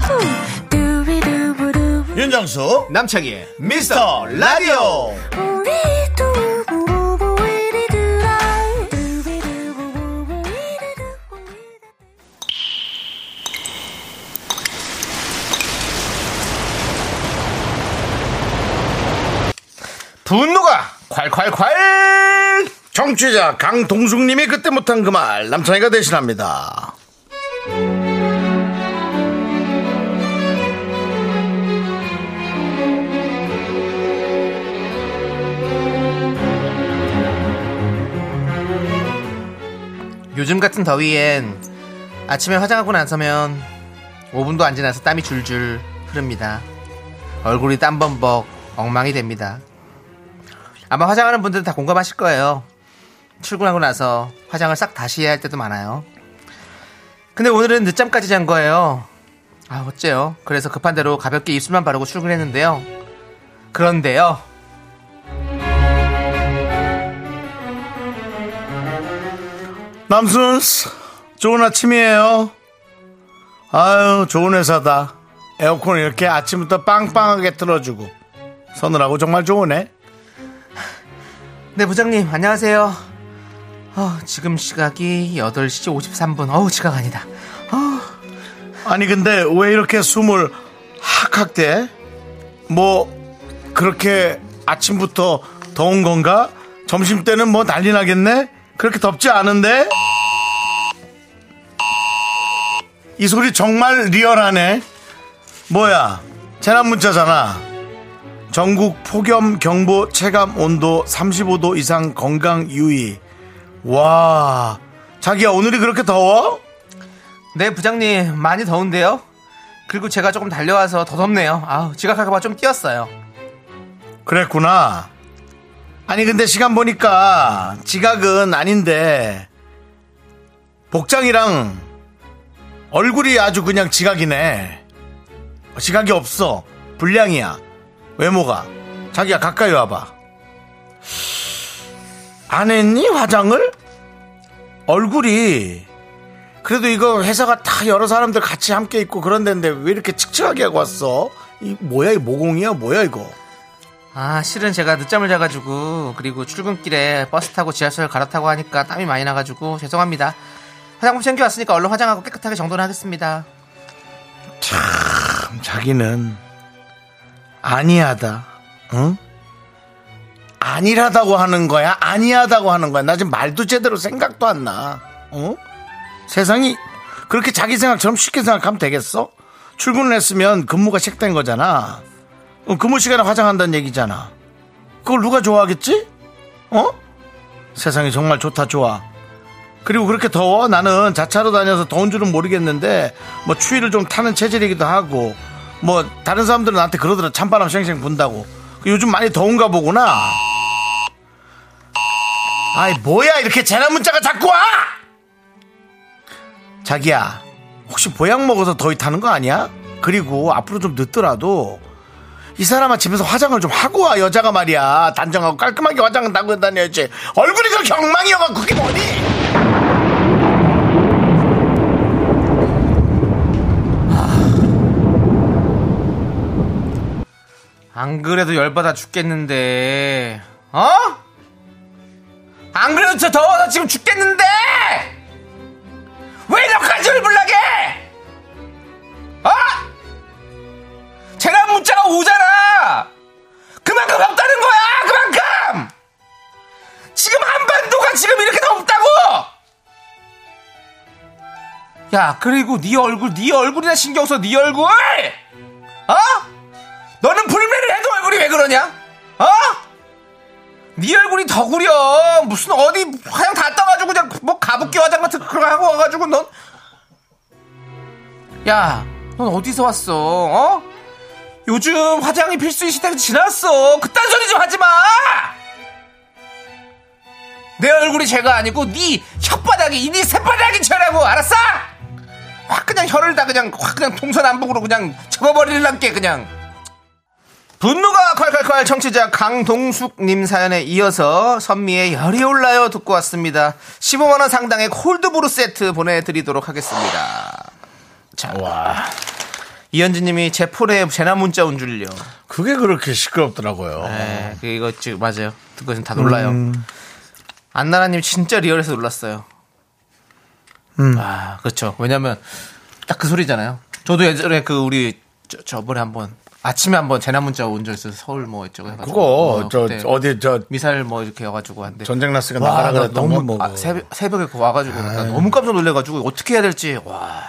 Speaker 5: 후. 두비두부두.
Speaker 1: 윤정수
Speaker 2: 남창희의
Speaker 1: 미스터 라디오
Speaker 5: 우리 두부부부 우리들아. 두비두부부부 우리들아.
Speaker 2: 분노가 콸콸콸!
Speaker 1: 정취자 강동숙님이 그때 못한 그 말 남창이가 대신합니다.
Speaker 2: 요즘 같은 더위엔 아침에 화장하고 나서면 5분도 안 지나서 땀이 줄줄 흐릅니다. 얼굴이 땀범벅 엉망이 됩니다. 아마 화장하는 분들은 다 공감하실 거예요. 출근하고 나서 화장을 싹 다시 해야 할 때도 많아요. 근데 오늘은 늦잠까지 잔 거예요. 아, 어째요? 그래서 급한 대로 가볍게 입술만 바르고 출근했는데요. 그런데요.
Speaker 1: 남순 씨, 좋은 아침이에요. 아유 좋은 회사다. 에어컨 이렇게 아침부터 빵빵하게 틀어주고 서늘하고 정말 좋으네.
Speaker 2: 네, 부장님, 안녕하세요. 어, 지금 시각이 8시 53분. 어우, 지각 아니다.
Speaker 1: 아니 근데 왜 이렇게 숨을 학학 대? 뭐 그렇게 아침부터 더운 건가? 점심 때는 뭐 난리 나겠네? 그렇게 덥지 않은데? 이 소리 정말 리얼하네. 뭐야? 재난 문자잖아. 전국 폭염 경보 체감 온도 35도 이상 건강 유의. 와. 자기야 오늘이 그렇게 더워?
Speaker 2: 네, 부장님, 많이 더운데요? 그리고 제가 조금 달려와서 더 덥네요. 아우, 지각할까봐 좀 뛰었어요.
Speaker 1: 그랬구나. 아니 근데 시간 보니까 지각은 아닌데 복장이랑 얼굴이 아주 그냥 지각이네. 지각이 없어. 불량이야. 외모가. 자기야 가까이 와봐. 안 했니 화장을? 얼굴이 그래도 이거 회사가 다 여러 사람들 같이 함께 있고 그런 데인데 왜 이렇게 칙칙하게 하고 왔어? 이 뭐야 이 모공이야 뭐야 이거?
Speaker 2: 아, 실은 제가 늦잠을 자가지고, 그리고 출근길에 버스 타고 지하철 갈아타고 하니까 땀이 많이 나가지고, 죄송합니다. 화장품 챙겨왔으니까 얼른 화장하고 깨끗하게 정돈을 하겠습니다.
Speaker 1: 자기는 아니하다. 응? 아니라다고 하는 거야. 아니하다고 하는 거야. 나 지금 말도 제대로 생각도 안 나. 어? 세상이 그렇게 자기 생각처럼 쉽게 생각하면 되겠어? 출근을 했으면 근무가 책된 거잖아. 어, 근무 시간에 화장한다는 얘기잖아. 그걸 누가 좋아하겠지? 어? 세상이 정말 좋다 좋아. 그리고 그렇게 더워 나는 자차로 다녀서 더운 줄은 모르겠는데 뭐 추위를 좀 타는 체질이기도 하고 뭐 다른 사람들은 나한테 그러더라 찬바람 쌩쌩 분다고 그 요즘 많이 더운가 보구나 아이 뭐야 이렇게 재난 문자가 자꾸 와 자기야 혹시 보약 먹어서 더위 타는 거 아니야? 그리고 앞으로 좀 늦더라도 이 사람아 집에서 화장을 좀 하고 와 여자가 말이야 단정하고 깔끔하게 화장을 하고 다녀야지 얼굴이 그 경망이여가 그게 뭐니
Speaker 2: 안 그래도 열받아 죽겠는데, 어? 안 그래도 저 더워서 지금 죽겠는데! 왜 이렇게까지 불나게! 어? 재난 문자가 오잖아! 그만큼 덥다는 거야! 그만큼! 야 그리고 네 얼굴 네 얼굴이나 신경 써 네 얼굴 어? 너는 불매를 해도 얼굴이 왜 그러냐 어? 네 얼굴이 더 구려 무슨 어디 화장 다 떠가지고 그냥 뭐 가부끼 화장 같은 그거 하고 와가지고 넌 야, 넌 어디서 왔어? 어? 요즘 화장이 필수인 시대가 지났어. 그딴 소리 좀 하지 마. 내 얼굴이 죄가 아니고 네 혓바닥이 네 새바닥이 죄라고 알았어? 확 그냥 혀를 다 그냥 확 그냥 동서남북으로 그냥 접어버릴란게 그냥. 분노가 콸콸콸 청취자 강동숙님 사연에 이어서 선미의 열이 올라요 듣고 왔습니다. 15만원 상당의 콜드브루 세트 보내드리도록 하겠습니다. 자,
Speaker 1: 와,
Speaker 2: 이현진님이 제 폴에 재난 문자 온 줄요.
Speaker 1: 그게 그렇게 시끄럽더라고요.
Speaker 2: 네, 그 이거 지금 맞아요. 듣고 지금 다 놀라요.
Speaker 1: 음.
Speaker 2: 안나라님 진짜 리얼해서 놀랐어요.
Speaker 1: 음.
Speaker 2: 아, 그렇죠. 왜냐면 딱 그 소리잖아요. 저도 예전에 그 우리 저, 저번에 한번 아침에 한번 재난 문자 온 적 있어요. 서울 뭐 이쪽에 해가지고
Speaker 1: 그거
Speaker 2: 어,
Speaker 1: 저
Speaker 2: 그때
Speaker 1: 어디 저
Speaker 2: 미사일 뭐 이렇게 와가지고 한데
Speaker 1: 전쟁 났으니까
Speaker 2: 와,
Speaker 1: 나가라
Speaker 2: 나
Speaker 1: 그랬던 거 아.
Speaker 2: 너무
Speaker 1: 뭐고.
Speaker 2: 아, 새벽, 새벽에 그거 와가지고 나 너무 깜짝 놀래가지고 어떻게 해야 될지 와.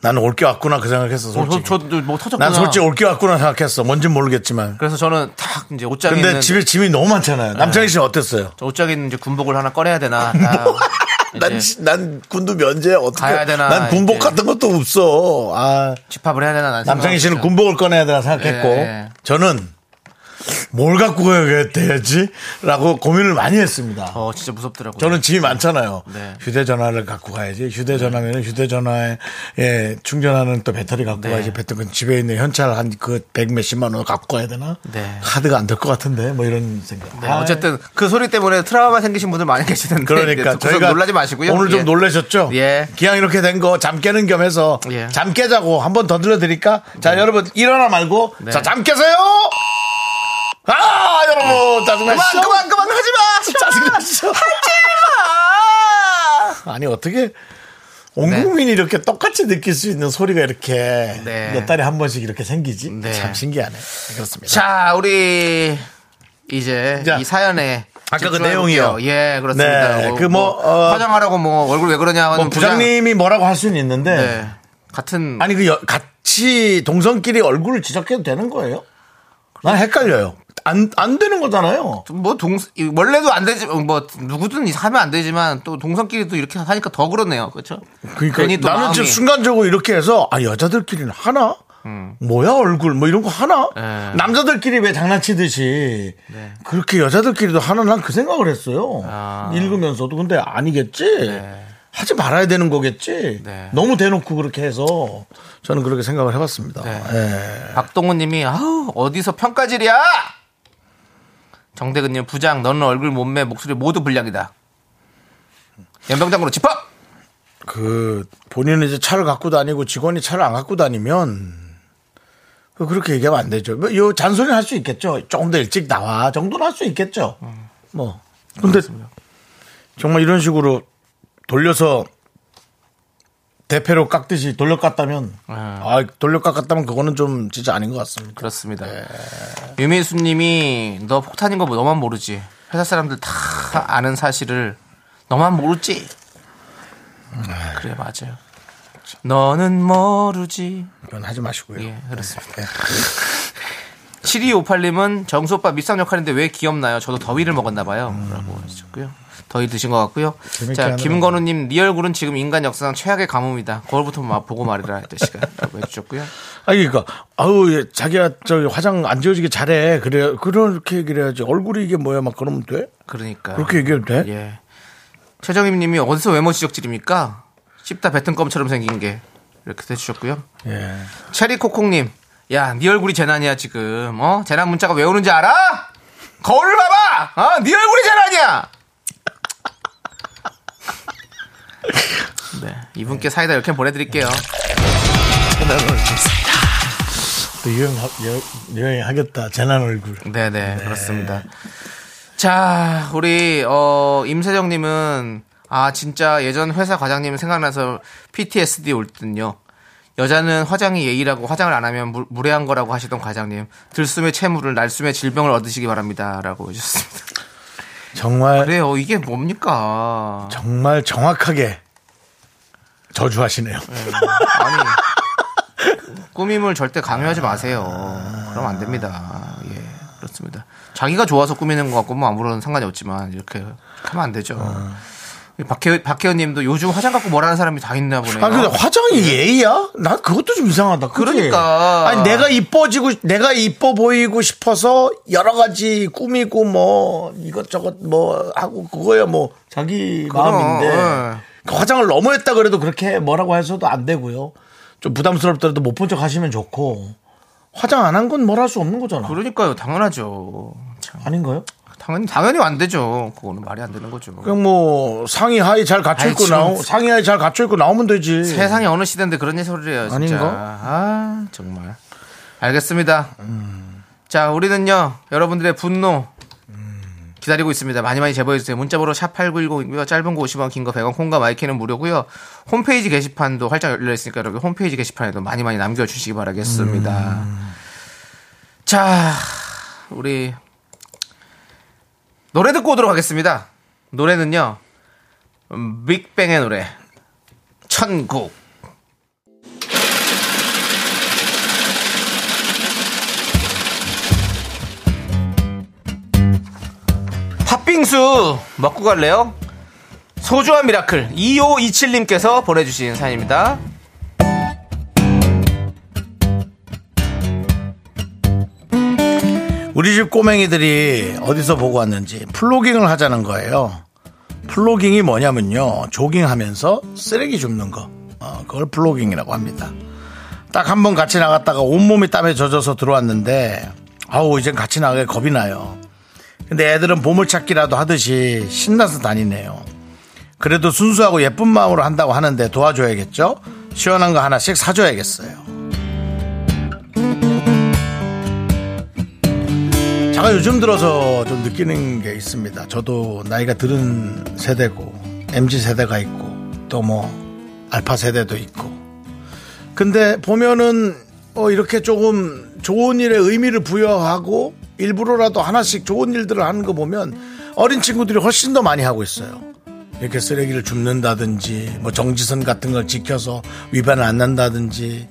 Speaker 1: 나는 올 게 왔구나 그 생각했어 솔직히.
Speaker 2: 저, 저도 뭐 터졌구나.
Speaker 1: 난 솔직히 올 게 왔구나 생각했어. 뭔진 모르겠지만.
Speaker 2: 그래서 저는 딱 이제 옷장에
Speaker 1: 근데
Speaker 2: 있는
Speaker 1: 집에 짐이 너무 많잖아요. 남창희 씨는 어땠어요?
Speaker 2: 저 옷장에 있는 이제 군복을 하나 꺼내야
Speaker 1: (laughs)
Speaker 2: 되나? 나
Speaker 1: 난,
Speaker 2: 이제
Speaker 1: 지- 난 군도 면제 어떻게
Speaker 2: 네. 가야 되나,
Speaker 1: 난 군복
Speaker 2: 이제.
Speaker 1: 같은 것도 없어. 아,
Speaker 2: 집합을 해야 되나? 난
Speaker 1: 남창희 씨는
Speaker 2: 생각하고
Speaker 1: 군복을 꺼내야 되나 생각했고
Speaker 2: 아, 예, 예.
Speaker 1: 저는 뭘 갖고 가야 되지?라고 고민을 많이 했습니다.
Speaker 2: 있어요. 어 진짜 무섭더라고요.
Speaker 1: 저는 짐이 많잖아요.
Speaker 2: 네.
Speaker 1: 휴대전화를 갖고 가야지. 휴대전화면 휴대전화에 예, 충전하는 또 배터리
Speaker 2: 네.
Speaker 1: 갖고 가야지. 배터리 집에 있는 현찰 한그100 몇십만 원 갖고 가야 되나?
Speaker 2: 네.
Speaker 1: 카드가 안 될 것 같은데 뭐 이런 생각.
Speaker 2: 네,
Speaker 1: 아,
Speaker 2: 어쨌든 그 소리 때문에 트라우마 생기신 분들 많이 계시는데
Speaker 1: 그러니까
Speaker 2: 네, 듣고서
Speaker 1: 저희가
Speaker 2: 놀라지 마시고요.
Speaker 1: 오늘 좀
Speaker 2: 예.
Speaker 1: 놀라셨죠?
Speaker 2: 예.
Speaker 1: 기왕 이렇게 된 거 잠 깨는 겸해서
Speaker 2: 예.
Speaker 1: 잠 깨자고 한 번 더 들려드릴까? 자 여러분 일어나 말고
Speaker 2: 네.
Speaker 1: 자 잠 깨세요. 아 여러분 짜증나시죠?
Speaker 2: 그만 그만 그만 하지 마.
Speaker 1: 짜증나시죠? 아니 어떻게 온
Speaker 2: 네.
Speaker 1: 국민이 이렇게 똑같이 느낄 수 있는 소리가 이렇게
Speaker 2: 네.
Speaker 1: 몇 달에 한 번씩 이렇게 생기지?
Speaker 2: 네.
Speaker 1: 참 신기하네. 그렇습니다.
Speaker 2: 자 우리 이제
Speaker 1: 자,
Speaker 2: 이 사연에
Speaker 1: 아까 그
Speaker 2: 집중해볼게요.
Speaker 1: 내용이요.
Speaker 2: 예 그렇습니다.
Speaker 1: 네,
Speaker 2: 뭐,
Speaker 1: 그뭐 어,
Speaker 2: 화장하라고 뭐 얼굴 왜 그러냐 하는
Speaker 1: 뭐 부장님이 뭐라고 할 수는 있는데
Speaker 2: 부장- 네. 같은
Speaker 1: 아니 그 여- 같이 동성끼리 얼굴을 지적해도 되는 거예요? 난 헷갈려요. 안 안 되는 거잖아요.
Speaker 2: 뭐 동, 이 원래도 안 되지, 뭐 누구든 이- 하면 안 되지만 또 동성끼리도 이렇게 하니까 더 그러네요. 그렇죠?
Speaker 1: 그러니까 나는 지금 순간적으로 이렇게 해서 아 여자들끼리는 하나?
Speaker 2: 음.
Speaker 1: 뭐야 얼굴 뭐 이런 거 하나?
Speaker 2: 네.
Speaker 1: 남자들끼리 왜 장난치듯이 그렇게 여자들끼리도 하나 난 그 생각을 했어요.
Speaker 2: 아.
Speaker 1: 읽으면서도 근데 아니겠지. 하지 말아야 되는 거겠지.
Speaker 2: 네.
Speaker 1: 너무 대놓고 그렇게 해서 저는 그렇게 생각을 해봤습니다.
Speaker 2: 네.
Speaker 1: 예.
Speaker 2: 박동훈 님이 아우, 어디서 평가질이야? 정대근 님 부장 너는 얼굴, 몸매, 목소리 모두 불량이다. 연병장으로 집합!
Speaker 1: 그 본인은 이제 차를 갖고 다니고 직원이 차를 안 갖고 다니면 그렇게 얘기하면 안 되죠. 뭐요 잔소리 할 수 있겠죠. 조금 더 일찍 나와 정도는 할 수 있겠죠. 뭐 근데 정말 이런 식으로 돌려서 대패로 깎듯이 돌려 깎다면 아 돌려 깎았다면 그거는 좀 진짜 아닌 것 같습니다.
Speaker 2: 그렇습니다. 유민수 님이 너 폭탄인 거뭐 너만 모르지. 회사 사람들 다 아는 사실을 너만 모르지. 그래, 맞아요. 너는 모르지.
Speaker 1: 그건 하지 마시고요.
Speaker 2: 예, 그렇습니다.
Speaker 1: 네.
Speaker 2: (laughs) 7258님은 정수 오빠 밑상 역할인데 왜 귀엽나요? 저도 더위를 먹었나봐요. 라고 하셨고요. 더위 드신 것 같고요.
Speaker 1: 음. 재밌게
Speaker 2: 자,
Speaker 1: 하네요.
Speaker 2: 김건우님, 네 얼굴은 지금 인간 역사상 최악의 가뭄이다. 거울부터 마- 보고 말이라 했던 시간이라고 해주셨고요.
Speaker 1: 아니 그러니까 아우 얘 자기야 저 화장 안 지워지게 잘해 그래 그렇게 얘기를 해야지 얼굴이 이게 뭐야 막 그러면 돼?
Speaker 2: 그러니까.
Speaker 1: 그렇게 얘기해도 돼?
Speaker 2: 예. 최정임님이 어디서 외모 지적질입니까? 씹다 뱉은 껌처럼 생긴 게. 이렇게 해주셨고요.
Speaker 1: 예.
Speaker 2: 체리코콩님, 야, 네 얼굴이 재난이야 지금. 어? 재난 문자가 왜 오는지 알아? 거울을 봐봐. 어? 네 얼굴이 재난이야. (laughs) 네, 이분께 사이다 이렇게 보내드릴게요.
Speaker 1: 또 유행 유행하겠다 재난 얼굴.
Speaker 2: 네, 네, 그렇습니다. 자, 우리 어 임세정님은 아 진짜 예전 회사 과장님 생각나서 PTSD 올 듯요. 여자는 화장이 예의라고 화장을 안 하면 무, 무례한 거라고 하시던 과장님 들숨의 채무를 날숨의 질병을 얻으시기 바랍니다라고 해주셨습니다.
Speaker 1: 정말 네.
Speaker 2: 아, 네. 그래요 이게 뭡니까?
Speaker 1: 정말 정확하게 저주하시네요.
Speaker 2: 아니 꾸밈을 절대 강요하지 마세요. 그럼 안 됩니다. 예 그렇습니다. 자기가 좋아서 꾸미는 것 같고 뭐 아무런 상관이 없지만 이렇게 하면 안 되죠.
Speaker 1: 어.
Speaker 2: 박혜 박혜원님도 요즘 화장 갖고 뭐라는 사람이 다 있나 보네요.
Speaker 1: 아 근데 화장이 예의야? 난 그것도 좀 이상하다. 그치?
Speaker 2: 그러니까.
Speaker 1: 아니 내가 이뻐지고 내가 이뻐 보이고 싶어서 여러 가지 꾸미고 뭐 이것저것 뭐 하고 그거야 뭐 자기
Speaker 2: 그럼,
Speaker 1: 마음인데
Speaker 2: 예.
Speaker 1: 그 화장을 너무했다 그래도 그렇게 뭐라고 해서도 안 되고요. 좀 부담스럽더라도 못 본 척 하시면 좋고 화장 안 한 건 뭘 할 수 없는 거잖아.
Speaker 2: 그러니까요 당연하죠. 참,
Speaker 1: 아닌가요?
Speaker 2: 당연히 당연히 안 되죠. 그거는 말이 안 되는 거죠.
Speaker 1: 그냥 뭐 상의 하의 잘 갖춰
Speaker 2: 아이,
Speaker 1: 입고
Speaker 2: 지금
Speaker 1: 나오 상의 하의 잘 갖춰 입고 나오면 되지.
Speaker 2: 세상에 어느 시대인데 그런 소리를 해요, 진짜.
Speaker 1: 아닌가?
Speaker 2: 아, 정말. 알겠습니다. 자, 우리는요, 여러분들의 분노 기다리고 있습니다. 많이 많이 제보해주세요. 문자번호 샵8910이고요. 짧은 거 50원, 긴 거 100원, 콩과 마이크는 무료고요. 홈페이지 게시판도 활짝 열려있으니까 여러분 홈페이지 게시판에도 많이 많이 남겨주시기 바라겠습니다. 자, 우리 노래 듣고 오도록 하겠습니다. 노래는요, 음, 빅뱅의 노래. 천국. 팥빙수 먹고 갈래요? 소중한 미라클 2527님께서 보내주신 사연입니다.
Speaker 1: 우리 집 꼬맹이들이 어디서 보고 왔는지 플로깅을 하자는 거예요. 플로깅이 뭐냐면요. 조깅하면서 쓰레기 줍는 거. 어, 그걸 플로깅이라고 합니다. 딱 한 번 같이 나갔다가 온몸이 땀에 젖어서 들어왔는데 아우 이젠 같이 나가게 겁이 나요. 근데 애들은 보물찾기라도 하듯이 신나서 다니네요. 그래도 순수하고 예쁜 마음으로 한다고 하는데 도와줘야겠죠? 시원한 거 하나씩 사줘야겠어요. 제가 요즘 들어서 좀 느끼는 게 있습니다. 저도 나이가 들은 세대고 MZ 세대가 있고 또 뭐 알파 세대도 있고 근데 보면은 어, 이렇게 조금 좋은 일에 의미를 부여하고 일부러라도 하나씩 좋은 일들을 하는 거 보면 어린 친구들이 훨씬 더 많이 하고 있어요. 이렇게 쓰레기를 줍는다든지 뭐 정지선 같은 걸 지켜서 위반을 안 한다든지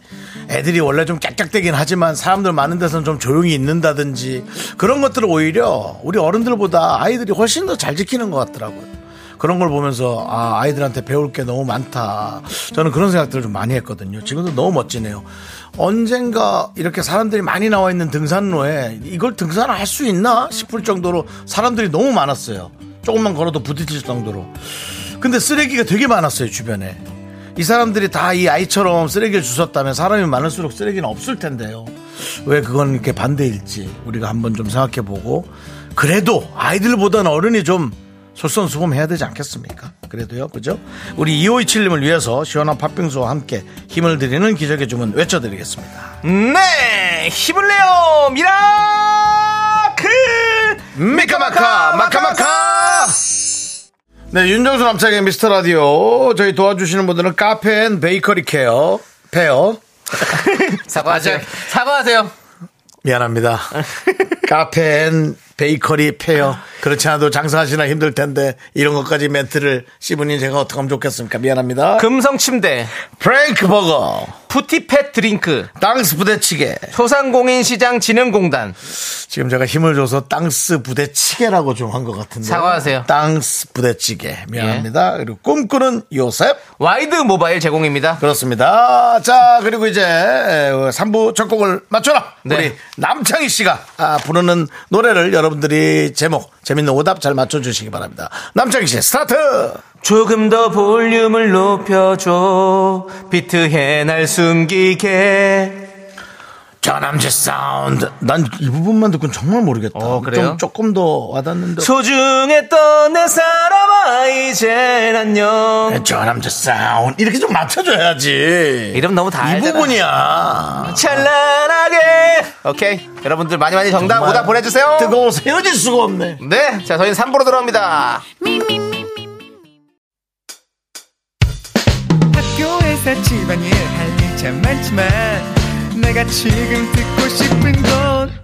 Speaker 1: 애들이 원래 좀 깍깍대긴 하지만 사람들 많은 데서는 좀 조용히 있는다든지 그런 것들을 오히려 우리 어른들보다 아이들이 훨씬 더 잘 지키는 것 같더라고요. 그런 걸 보면서 아, 아이들한테 배울 게 너무 많다. 저는 그런 생각들을 좀 많이 했거든요. 지금도 너무 멋지네요. 언젠가 이렇게 사람들이 많이 나와 있는 등산로에 이걸 등산을 할 수 있나 싶을 정도로 사람들이 너무 많았어요. 조금만 걸어도 부딪힐 정도로. 근데 쓰레기가 되게 많았어요, 주변에. 이 사람들이 다 이 아이처럼 쓰레기를 주셨다면 사람이 많을수록 쓰레기는 없을 텐데요. 왜 그건 이렇게 반대일지 우리가 한번 좀 생각해 보고 그래도 아이들보다는 어른이 좀 솔선수범해야 되지 않겠습니까? 그래도요, 그죠? 우리 2527님을 위해서 시원한 팥빙수와 함께 힘을 드리는 기적의 주문 외쳐드리겠습니다.
Speaker 2: 네! 힘을 내요! 미라클!
Speaker 1: 미카마카, 마카마카! 네, 윤정수 남창의 미스터 라디오. 저희 도와주시는 분들은 카페 앤 베이커리 케어, (laughs) 페어,
Speaker 2: 사과하세요.
Speaker 1: 네.
Speaker 2: 사과하세요.
Speaker 1: 미안합니다. 카페엔 베이커리 페어. 그렇지 않아도 장사하시나 힘들 텐데 이런 것까지 멘트를 씹으니 제가 어떻게 하면 좋겠습니까? 미안합니다.
Speaker 2: 금성 침대,
Speaker 1: 프랭크 버거,
Speaker 2: 푸티팻 드링크,
Speaker 1: 땅스 부대찌개.
Speaker 2: 소상공인 시장 진흥공단.
Speaker 1: 지금 제가 힘을 줘서 땅스 부대찌개라고 좀 한 것 같은데.
Speaker 2: 사과하세요. 예.
Speaker 1: 땅스 부대찌개. 미안합니다. 그리고 꿈꾸는 요셉.
Speaker 2: 와이드 모바일 제공입니다.
Speaker 1: 그렇습니다. 자, 그리고 이제 어, 3부 첫 곡을 맞춰라.
Speaker 2: 네.
Speaker 1: 우리 남창희 씨가 아, 부르는 노래를 여러분들이 제목, 재밌는 오답 잘 맞춰주시기 바랍니다. 남창희 씨, 스타트!
Speaker 2: 조금 더 볼륨을 높여줘. 비트에 날 숨기게.
Speaker 1: 전남지 사운드. 난 이 부분만 듣고는 정말 모르겠다.
Speaker 2: 어, 그래요?
Speaker 1: 좀 조금 더 와닿는데.
Speaker 2: 소중했던 내 사람아 이젠 안녕
Speaker 1: 전남지 사운드. 이렇게 좀 맞춰줘야지.
Speaker 2: 이름 너무 다
Speaker 1: 이
Speaker 2: 알잖아. 어.
Speaker 1: 부분이야.
Speaker 2: 찬란하게 오케이 여러분들 많이 많이 정답
Speaker 1: 정말
Speaker 2: 오답 보내주세요
Speaker 1: 뜨거워서 헤어질 수가 없네.
Speaker 2: 네자 저희는 3부로 돌아옵니다
Speaker 6: 학교에서 집안일 할 일 참 많지만 내가 지금 듣고 싶은 건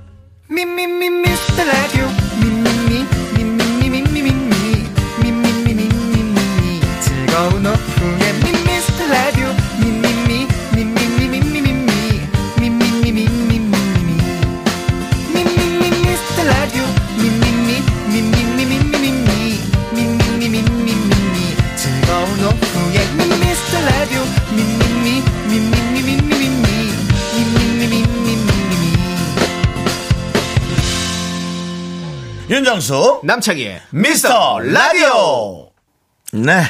Speaker 6: 미미미 미스터 라디오 미미미 미미미 미미미 미미미 미미미 즐거운 오후
Speaker 1: 윤정수
Speaker 2: 남창희의
Speaker 1: 미스터 라디오 네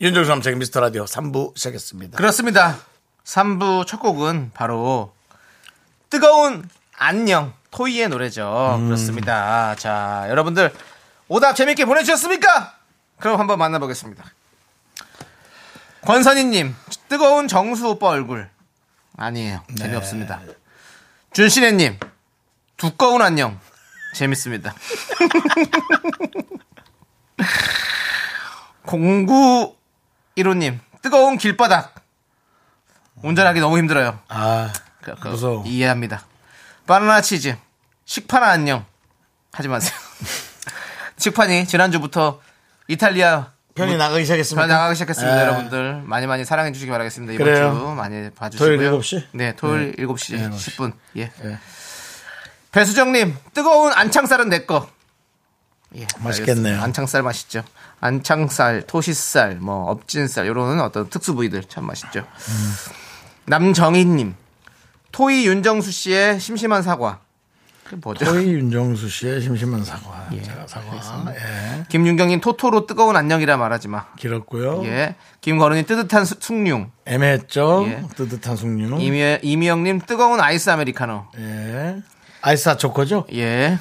Speaker 1: 윤정수 남창의 미스터 라디오 3부 시작했습니다
Speaker 2: 그렇습니다. 3부 첫 곡은 바로 뜨거운 안녕 토이의 노래죠.
Speaker 1: 음.
Speaker 2: 그렇습니다. 자, 여러분들 오답 재밌게 보내주셨습니까? 그럼 한번 만나보겠습니다. 권선희님, 뜨거운 정수 오빠 얼굴. 아니에요.
Speaker 1: 네.
Speaker 2: 재미없습니다. 준신혜님, 두꺼운 안녕. 재밌습니다. (laughs) 09 1호님 뜨거운 길바닥 운전하기 너무 힘들어요
Speaker 1: 아
Speaker 2: 그, 그,
Speaker 1: 무서워.
Speaker 2: 이해합니다 바나나 치즈 식판 안녕 하지 마세요 (laughs) 식판이 지난주부터 이탈리아
Speaker 1: 뭐, 편히 나가기 시작했습니다
Speaker 2: 잘 나가기 시작했습니다
Speaker 1: 예.
Speaker 2: 여러분들 많이 많이 사랑해 주시기 바라겠습니다 이번
Speaker 1: 그래요.
Speaker 2: 주 많이 봐주시고요
Speaker 1: 토요일 7시?
Speaker 2: 네 토요일 7시
Speaker 1: 네,
Speaker 2: 10분 예.
Speaker 1: 예.
Speaker 2: 배수정님 뜨거운 안창살은 내꺼 예,
Speaker 1: 맛있겠네요.
Speaker 2: 알겠습니다. 안창살 맛있죠 안창살 토시살 뭐 업진살 요런 어떤 특수 부위들 참 맛있죠
Speaker 1: 음.
Speaker 2: 남정희님 토이 윤정수 씨의 심심한 사과 그 뭐죠
Speaker 1: 거의 윤정수 씨의 심심한 사과 제가 사과 예
Speaker 2: 김윤경님 토토로 뜨거운 안녕이라 말하지 마
Speaker 1: 길었고요
Speaker 2: 예. 김건우님 뜨뜻한 수- 숭늉
Speaker 1: 애매했죠
Speaker 2: 예.
Speaker 1: 뜨뜻한 숙류
Speaker 2: 이미, 이미영님 뜨거운 아이스 아메리카노.
Speaker 1: 예 아이스 아초코죠
Speaker 2: 예.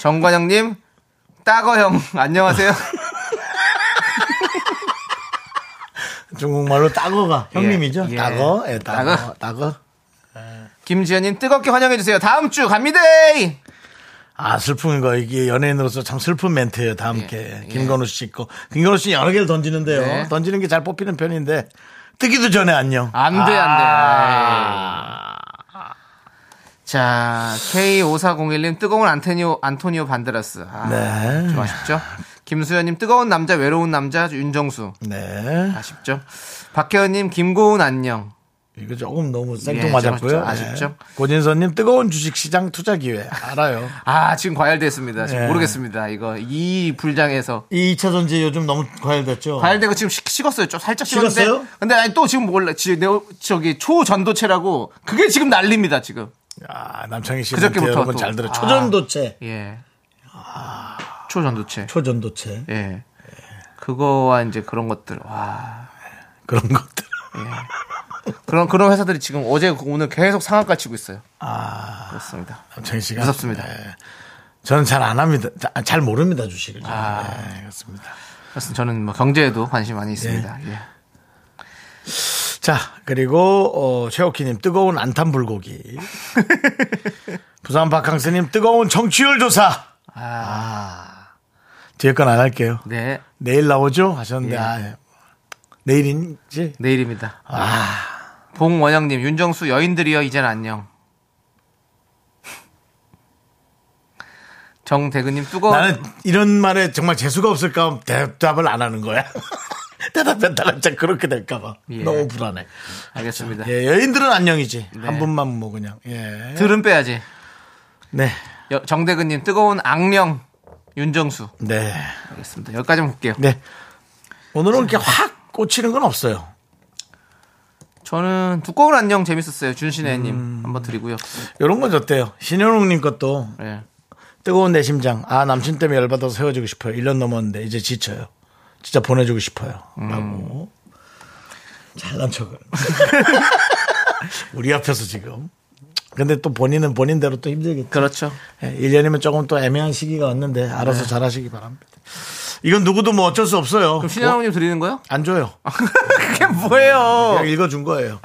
Speaker 2: 정관영님 따거형 안녕하세요.
Speaker 1: 중국말로 따거가 형님이죠
Speaker 2: 예.
Speaker 1: 따거 예 따거
Speaker 2: 따거.
Speaker 1: 따거
Speaker 2: 김지현님 뜨겁게 환영해주세요. 다음 주 갑니다.
Speaker 1: 아 슬픈 거 이게 연예인으로서 참 슬픈 멘트예요. 다 함께 김건우 씨 있고 김건우 씨 여러 개를 던지는데요.
Speaker 2: 네.
Speaker 1: 던지는 게 잘 뽑히는 편인데 뜨기도 전에 안녕.
Speaker 2: 안돼 안돼. 자 K5401님 뜨거운 안테니오 안토니오 반데라스. 아,
Speaker 1: 네.
Speaker 2: 좀 아쉽죠. 김수현님 뜨거운 남자 외로운 남자 윤정수
Speaker 1: 네
Speaker 2: 아쉽죠. 박혜원님 김고은 안녕.
Speaker 1: 이거 조금 너무
Speaker 2: 예,
Speaker 1: 생뚱맞았고요.
Speaker 2: 좀 아쉽죠.
Speaker 1: 네. 고진선님 뜨거운 주식시장 투자 기회
Speaker 2: (laughs)
Speaker 1: 알아요.
Speaker 2: 아 지금 과열됐습니다. 지금
Speaker 1: 예.
Speaker 2: 모르겠습니다. 이거 이 불장에서
Speaker 1: 이 2차 전지 요즘 너무 과열됐죠.
Speaker 2: 과열되고 지금 식, 식었어요. 좀 살짝 어. 식었는데.
Speaker 1: 식었어요?
Speaker 2: 근데 아니 또 지금 몰라. 지금 내- 저기 초전도체라고 그게 지금 난립니다. 지금.
Speaker 1: 아 남창희 씨
Speaker 2: 그저께부터
Speaker 1: 멘트 여러분
Speaker 2: 또.
Speaker 1: 잘 들어.
Speaker 2: 아.
Speaker 1: 초전도체.
Speaker 2: 예. 아. 초전도체.
Speaker 1: 초전도체
Speaker 2: 예. 그거와 이제 그런 것들. 와.
Speaker 1: 그런
Speaker 2: (laughs)
Speaker 1: 것들.
Speaker 2: 그런 그런 회사들이 지금 어제 오늘 계속 상한가 치고 있어요. 아. 그렇습니다.
Speaker 1: 남창희 씨가
Speaker 2: 무섭습니다.
Speaker 1: 네. 저는 잘 안 합니다. 자, 잘 모릅니다 주식을.
Speaker 2: 아.
Speaker 1: 네, 그렇습니다.
Speaker 2: 그래서 저는 뭐 경제에도 관심 많이 있습니다. 예.
Speaker 1: 자, 그리고 어, 최옥희님 뜨거운 안탄 불고기.
Speaker 2: (laughs)
Speaker 1: 부산 박항스님 뜨거운 정치율 조사. 아. 뒤에 건 안 할게요.
Speaker 2: 네.
Speaker 1: 내일 나오죠? 하셨는데 아, 예. 내일인지
Speaker 2: 내일입니다. 아. 봉원영님, 윤정수 여인들이여 이젠 (laughs) 안녕. 정대근님 뜨거운
Speaker 1: 나는 이런 말에 정말 재수가 없을까 대답을 안 하는 거야. (laughs) 대답했다가 진짜 그렇게 될까봐
Speaker 2: 예.
Speaker 1: 너무 불안해.
Speaker 2: 알겠습니다.
Speaker 1: 예, 여인들은 안녕이지.
Speaker 2: 네.
Speaker 1: 한 분만 뭐 그냥. 예.
Speaker 2: 들은 빼야지.
Speaker 1: 네,
Speaker 2: 여- 정대근님 뜨거운 악령 윤정수.
Speaker 1: 네,
Speaker 2: 알겠습니다. 여기까지만 볼게요.
Speaker 1: 네. 오늘은 이렇게 확 꽂히는 건 없어요.
Speaker 2: 저는 두꺼운 안녕 재밌었어요. 준신혜님 한번 드리고요.
Speaker 1: 이런 건 좋대요. 신현웅님 것도
Speaker 2: 예.
Speaker 1: 뜨거운 내 심장. 아 남친 때문에 열받아서 헤어지고 싶어요. 1년 넘었는데 이제 지쳐요. 진짜 보내주고 싶어요. 라고 잘난 척을. (laughs) 우리 앞에서 지금. 근데 또 본인은 본인대로 또 힘들겠죠.
Speaker 2: 그렇죠.
Speaker 1: 예, 1년이면 조금 또 애매한 시기가 왔는데 알아서 잘하시기 바랍니다. 이건 누구도 뭐 어쩔 수 없어요.
Speaker 2: 네.
Speaker 1: 뭐,
Speaker 2: 그럼 신혜님 드리는 거요? (laughs)
Speaker 1: 안 줘요.
Speaker 2: 그게 뭐예요?
Speaker 1: 그냥 읽어준 거예요.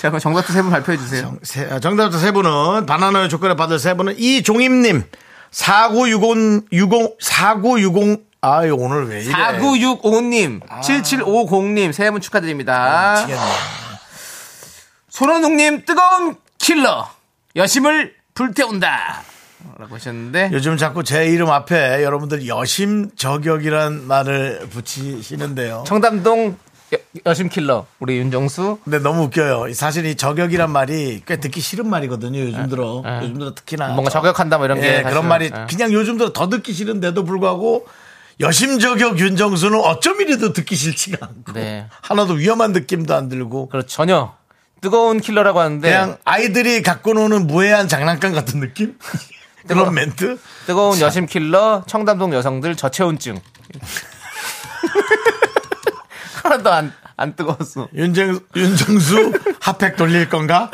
Speaker 2: 자, 그럼 정답도 세 분 발표해 주세요.
Speaker 1: 세- 아, 정답자 세 분은 바나나의 조건을 받을 세 분은 이종임님 4960 4960 아유 오늘 왜 이래
Speaker 2: 4965님, 7750님, 세 분 축하드립니다. 손원웅님, 뜨거운 킬러, 여심을 불태운다. 라고 하셨는데,
Speaker 1: 요즘 자꾸 제 이름 앞에 여러분들 여심 저격이란 말을 붙이시는데요.
Speaker 2: 청담동 여, 여심 킬러, 우리 윤정수,
Speaker 1: 근데 너무 웃겨요. 이 사실 이 저격이란 말이 꽤 듣기 싫은 말이거든요. 요즘 들어 요즘 들어 특히나
Speaker 2: 네. 뭔가 저격한다 뭐 이런 게.
Speaker 1: 예,
Speaker 2: 사실은,
Speaker 1: 그런 말이
Speaker 2: 예.
Speaker 1: 그냥 요즘 들어 더 듣기 싫은데도 불구하고 여심 저격 윤정수는 어쩜 이래도 듣기 싫지가 않고
Speaker 2: 네.
Speaker 1: 하나도 위험한 느낌도 안 들고
Speaker 2: 그렇죠. 전혀 뜨거운 킬러라고 하는데
Speaker 1: 그냥 아이들이 갖고 노는 무해한 장난감 같은 느낌? 그런 멘트?
Speaker 2: 뜨거운 여심 킬러, 청담동 여성들 저체온증. (laughs) 하나도 안, 안 뜨거웠어.
Speaker 1: 윤정, 윤정수 핫팩 돌릴 건가?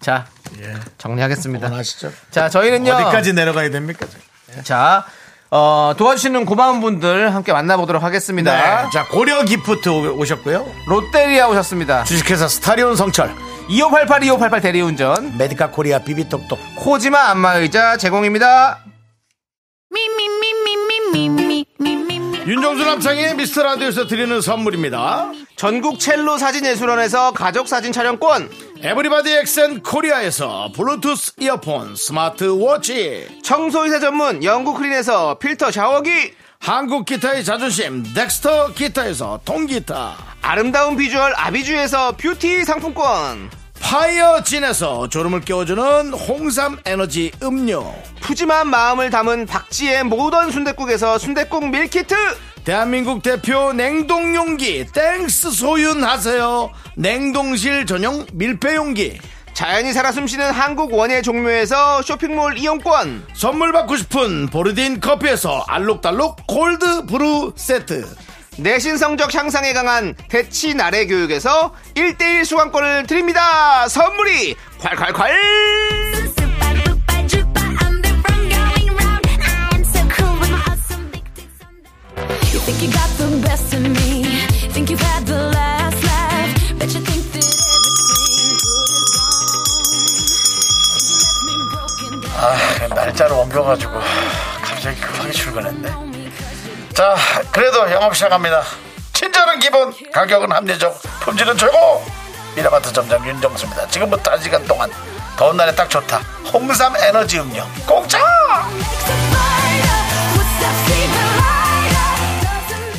Speaker 2: 자,
Speaker 1: 예.
Speaker 2: 정리하겠습니다.
Speaker 1: 원하시죠?
Speaker 2: 자, 저희는요.
Speaker 1: 어디까지 내려가야 됩니까?
Speaker 2: 자, 어, 도와주시는 고마운 분들 함께 만나보도록 하겠습니다.
Speaker 1: 네. 자, 고려 기프트 오- 오셨고요.
Speaker 2: 롯데리아 오셨습니다.
Speaker 1: 주식회사 스타리온 성철,
Speaker 2: 2588, 2588 대리운전,
Speaker 1: 메디카 코리아 비비톡톡,
Speaker 2: 코지마 안마의자 제공입니다.
Speaker 1: 윤정수 남창의 미스터 라디오에서 드리는 선물입니다.
Speaker 2: 전국 첼로 사진예술원에서 가족사진 촬영권,
Speaker 1: 에브리바디 엑센 코리아에서 블루투스 이어폰, 스마트워치,
Speaker 2: 청소이사 전문 영국 크린에서 필터 샤워기,
Speaker 1: 한국 기타의 자존심, 덱스터 기타에서 통기타,
Speaker 2: 아름다운 비주얼 아비주에서 뷰티 상품권,
Speaker 1: 파이어진에서 졸음을 깨워주는 홍삼 에너지 음료,
Speaker 2: 푸짐한 마음을 담은 박지의 모던 순댓국에서 순댓국 밀키트,
Speaker 1: 대한민국 대표 냉동용기 땡스 소윤하세요. 냉동실 전용 밀폐용기.
Speaker 2: 자연이 살아 숨쉬는 한국 원예 종묘에서 쇼핑몰 이용권,
Speaker 1: 선물 받고 싶은 보르딘 커피에서 알록달록 골드 브루 세트.
Speaker 2: 내신 성적 향상에 강한 대치 나래 교육에서 1대1 수강권을 드립니다. 선물이 콸콸콸!
Speaker 1: 아, 날짜를 옮겨가지고 갑자기 급하게 출근했네. 자, 그래도 영업 시작합니다. 친절한 기본, 가격은 합리적, 품질은 최고. 미라마트 점장 윤정수입니다. 지금부터 1시간 동안 더운 날에 딱 좋다. 홍삼 에너지 음료 공짜!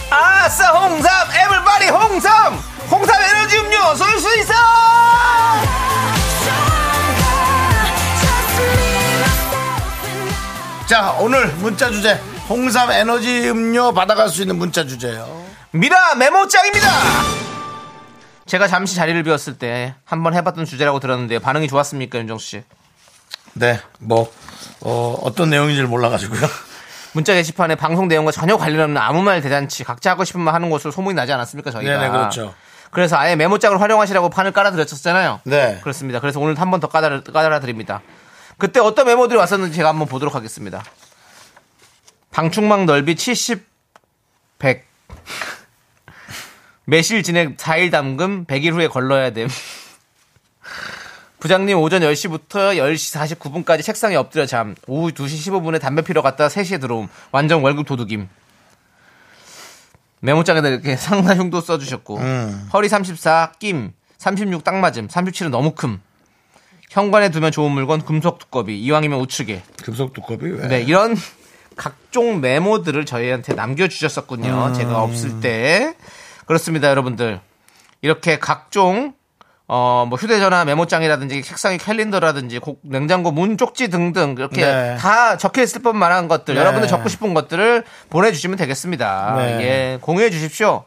Speaker 2: 아싸 홍삼! 에블바리 홍삼! 홍삼 에너지 음료 쏠 수 있어!
Speaker 1: 자, 오늘 문자 주제 홍삼 에너지 음료 받아갈 수 있는 문자 주제예요.
Speaker 2: 미라 메모장입니다! 제가 잠시 자리를 비웠을 때 한번 해봤던 주제라고 들었는데 반응이 좋았습니까, 윤정수 씨?
Speaker 1: 네, 뭐 어, 어떤 내용인지 몰라가지고요.
Speaker 2: 문자 게시판에 방송 내용과 전혀 관련 없는 아무 말 대잔치 각자 하고 싶은 말 하는 것으로 소문이 나지 않았습니까 저희가
Speaker 1: 네네, 그렇죠.
Speaker 2: 그래서 아예 메모장을 활용하시라고 판을 깔아드렸었잖아요
Speaker 1: (laughs) 네.
Speaker 2: 그렇습니다 그래서 오늘 한 번 더 깔아, 깔아드립니다 그때 어떤 메모들이 왔었는지 제가 한번 보도록 하겠습니다 방충망 넓이 70 100 (laughs) 매실 진액 4일 담금 100일 후에 걸러야 됨 (laughs) 부장님 오전 10시부터 10시 49분까지 책상에 엎드려 잠. 오후 2시 15분에 담배 피러 갔다 3시에 들어옴. 완전 월급 도둑임. 메모장에다 이렇게 (laughs) 상사흉도 써주셨고
Speaker 1: 음.
Speaker 2: 허리 34, 낌, 36 딱 맞음, 37은 너무 큼. 현관에 두면 좋은 물건 금속 두꺼비, 이왕이면 우측에.
Speaker 1: 금속 두꺼비 왜?
Speaker 2: 네, 이런 (laughs) 각종 메모들을 저희한테 남겨주셨었군요.
Speaker 1: 음.
Speaker 2: 제가 없을 때. 그렇습니다, 여러분들. 이렇게 각종, 어, 뭐, 휴대전화 메모장이라든지, 책상의 캘린더라든지, 고- 냉장고 문 쪽지 등등, 이렇게
Speaker 1: 네.
Speaker 2: 다 적혀있을 법만 한 것들,
Speaker 1: 네.
Speaker 2: 여러분들 적고 싶은 것들을 보내주시면 되겠습니다.
Speaker 1: 네.
Speaker 2: 예, 공유해 주십시오.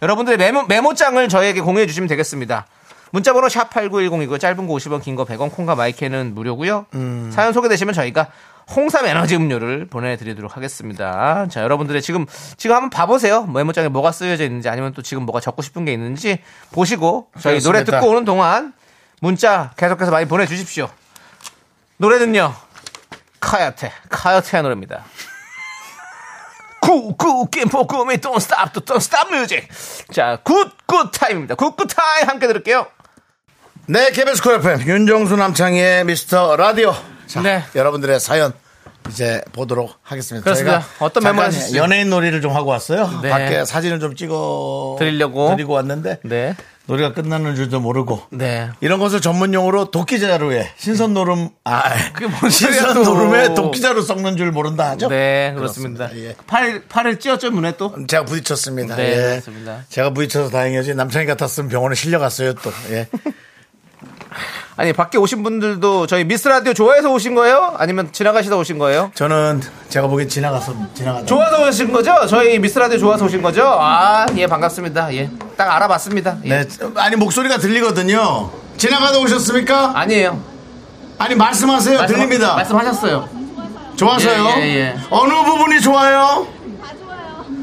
Speaker 2: 여러분들의 메모, 메모장을 저에게 공유해 주시면 되겠습니다. 문자번호 샵 8910이고 짧은 거 50원, 긴 거 100원, 콩과 마이크는 무료고요. 사연 소개되시면 저희가 홍삼 에너지 음료를 보내드리도록 하겠습니다. 자, 여러분들의 지금 지금 한번 봐보세요. 메모장에 뭐가 쓰여져 있는지 아니면 또 지금 뭐가 적고 싶은 게 있는지 보시고 저희 노래
Speaker 1: 그렇습니다.
Speaker 2: 듣고 오는 동안 문자 계속해서 많이 보내주십시오. 노래는요. 카야테, 카야테의 노래입니다. 굿굿 김포 꿈이 don't stop don't stop music 자 굿굿 타임입니다 굿굿 타임 함께 들을게요
Speaker 1: 네, KBS 콜 FM 윤정수 남창희의 미스터 라디오. 자,
Speaker 2: 네.
Speaker 1: 여러분들의 사연 이제 보도록 하겠습니다.
Speaker 2: 그렇습니다. 어떤
Speaker 1: 잠깐
Speaker 2: 메모를 하셨어요?
Speaker 1: 연예인 놀이를 좀 하고 왔어요.
Speaker 2: 네.
Speaker 1: 밖에 사진을 좀 찍어
Speaker 2: 드리려고.
Speaker 1: 드리고 왔는데 놀이가 끝나는 줄도 모르고
Speaker 2: 네.
Speaker 1: 이런 것을 전문용어로 도끼자루에 신선 노름 아
Speaker 2: 그게 뭔
Speaker 1: 신선
Speaker 2: 소리야, 또.
Speaker 1: 노름에 도끼자루 썩는 줄 모른다 하죠?
Speaker 2: 네, 그렇습니다.
Speaker 1: 예.
Speaker 2: 팔, 팔을 찧었죠, 눈에 또?
Speaker 1: 제가 부딪혔습니다.
Speaker 2: 네,
Speaker 1: 예.
Speaker 2: 그렇습니다.
Speaker 1: 제가 부딪혀서 다행이지 남창희 같았으면 병원에 실려갔어요 또. 예.
Speaker 2: 아니, 밖에 오신 분들도 저희 미스 라디오 좋아해서 오신 거예요? 아니면 지나가시다 오신 거예요?
Speaker 1: 저는 제가 보기엔 지나가서 지나가다.
Speaker 2: 좋아서 오신 거죠? 저희 미스 라디오 좋아서 오신 거죠? 아, 예, 반갑습니다. 예. 딱 알아봤습니다. 예.
Speaker 1: 네, 아니 목소리가 들리거든요. 지나가다 오셨습니까?
Speaker 2: 아니에요.
Speaker 1: 아니 말씀하세요.
Speaker 2: 말씀-
Speaker 1: 들립니다.
Speaker 2: 말씀하셨어요.
Speaker 1: 좋아서요.
Speaker 2: 예, 예, 예.
Speaker 1: 어느 부분이 좋아요?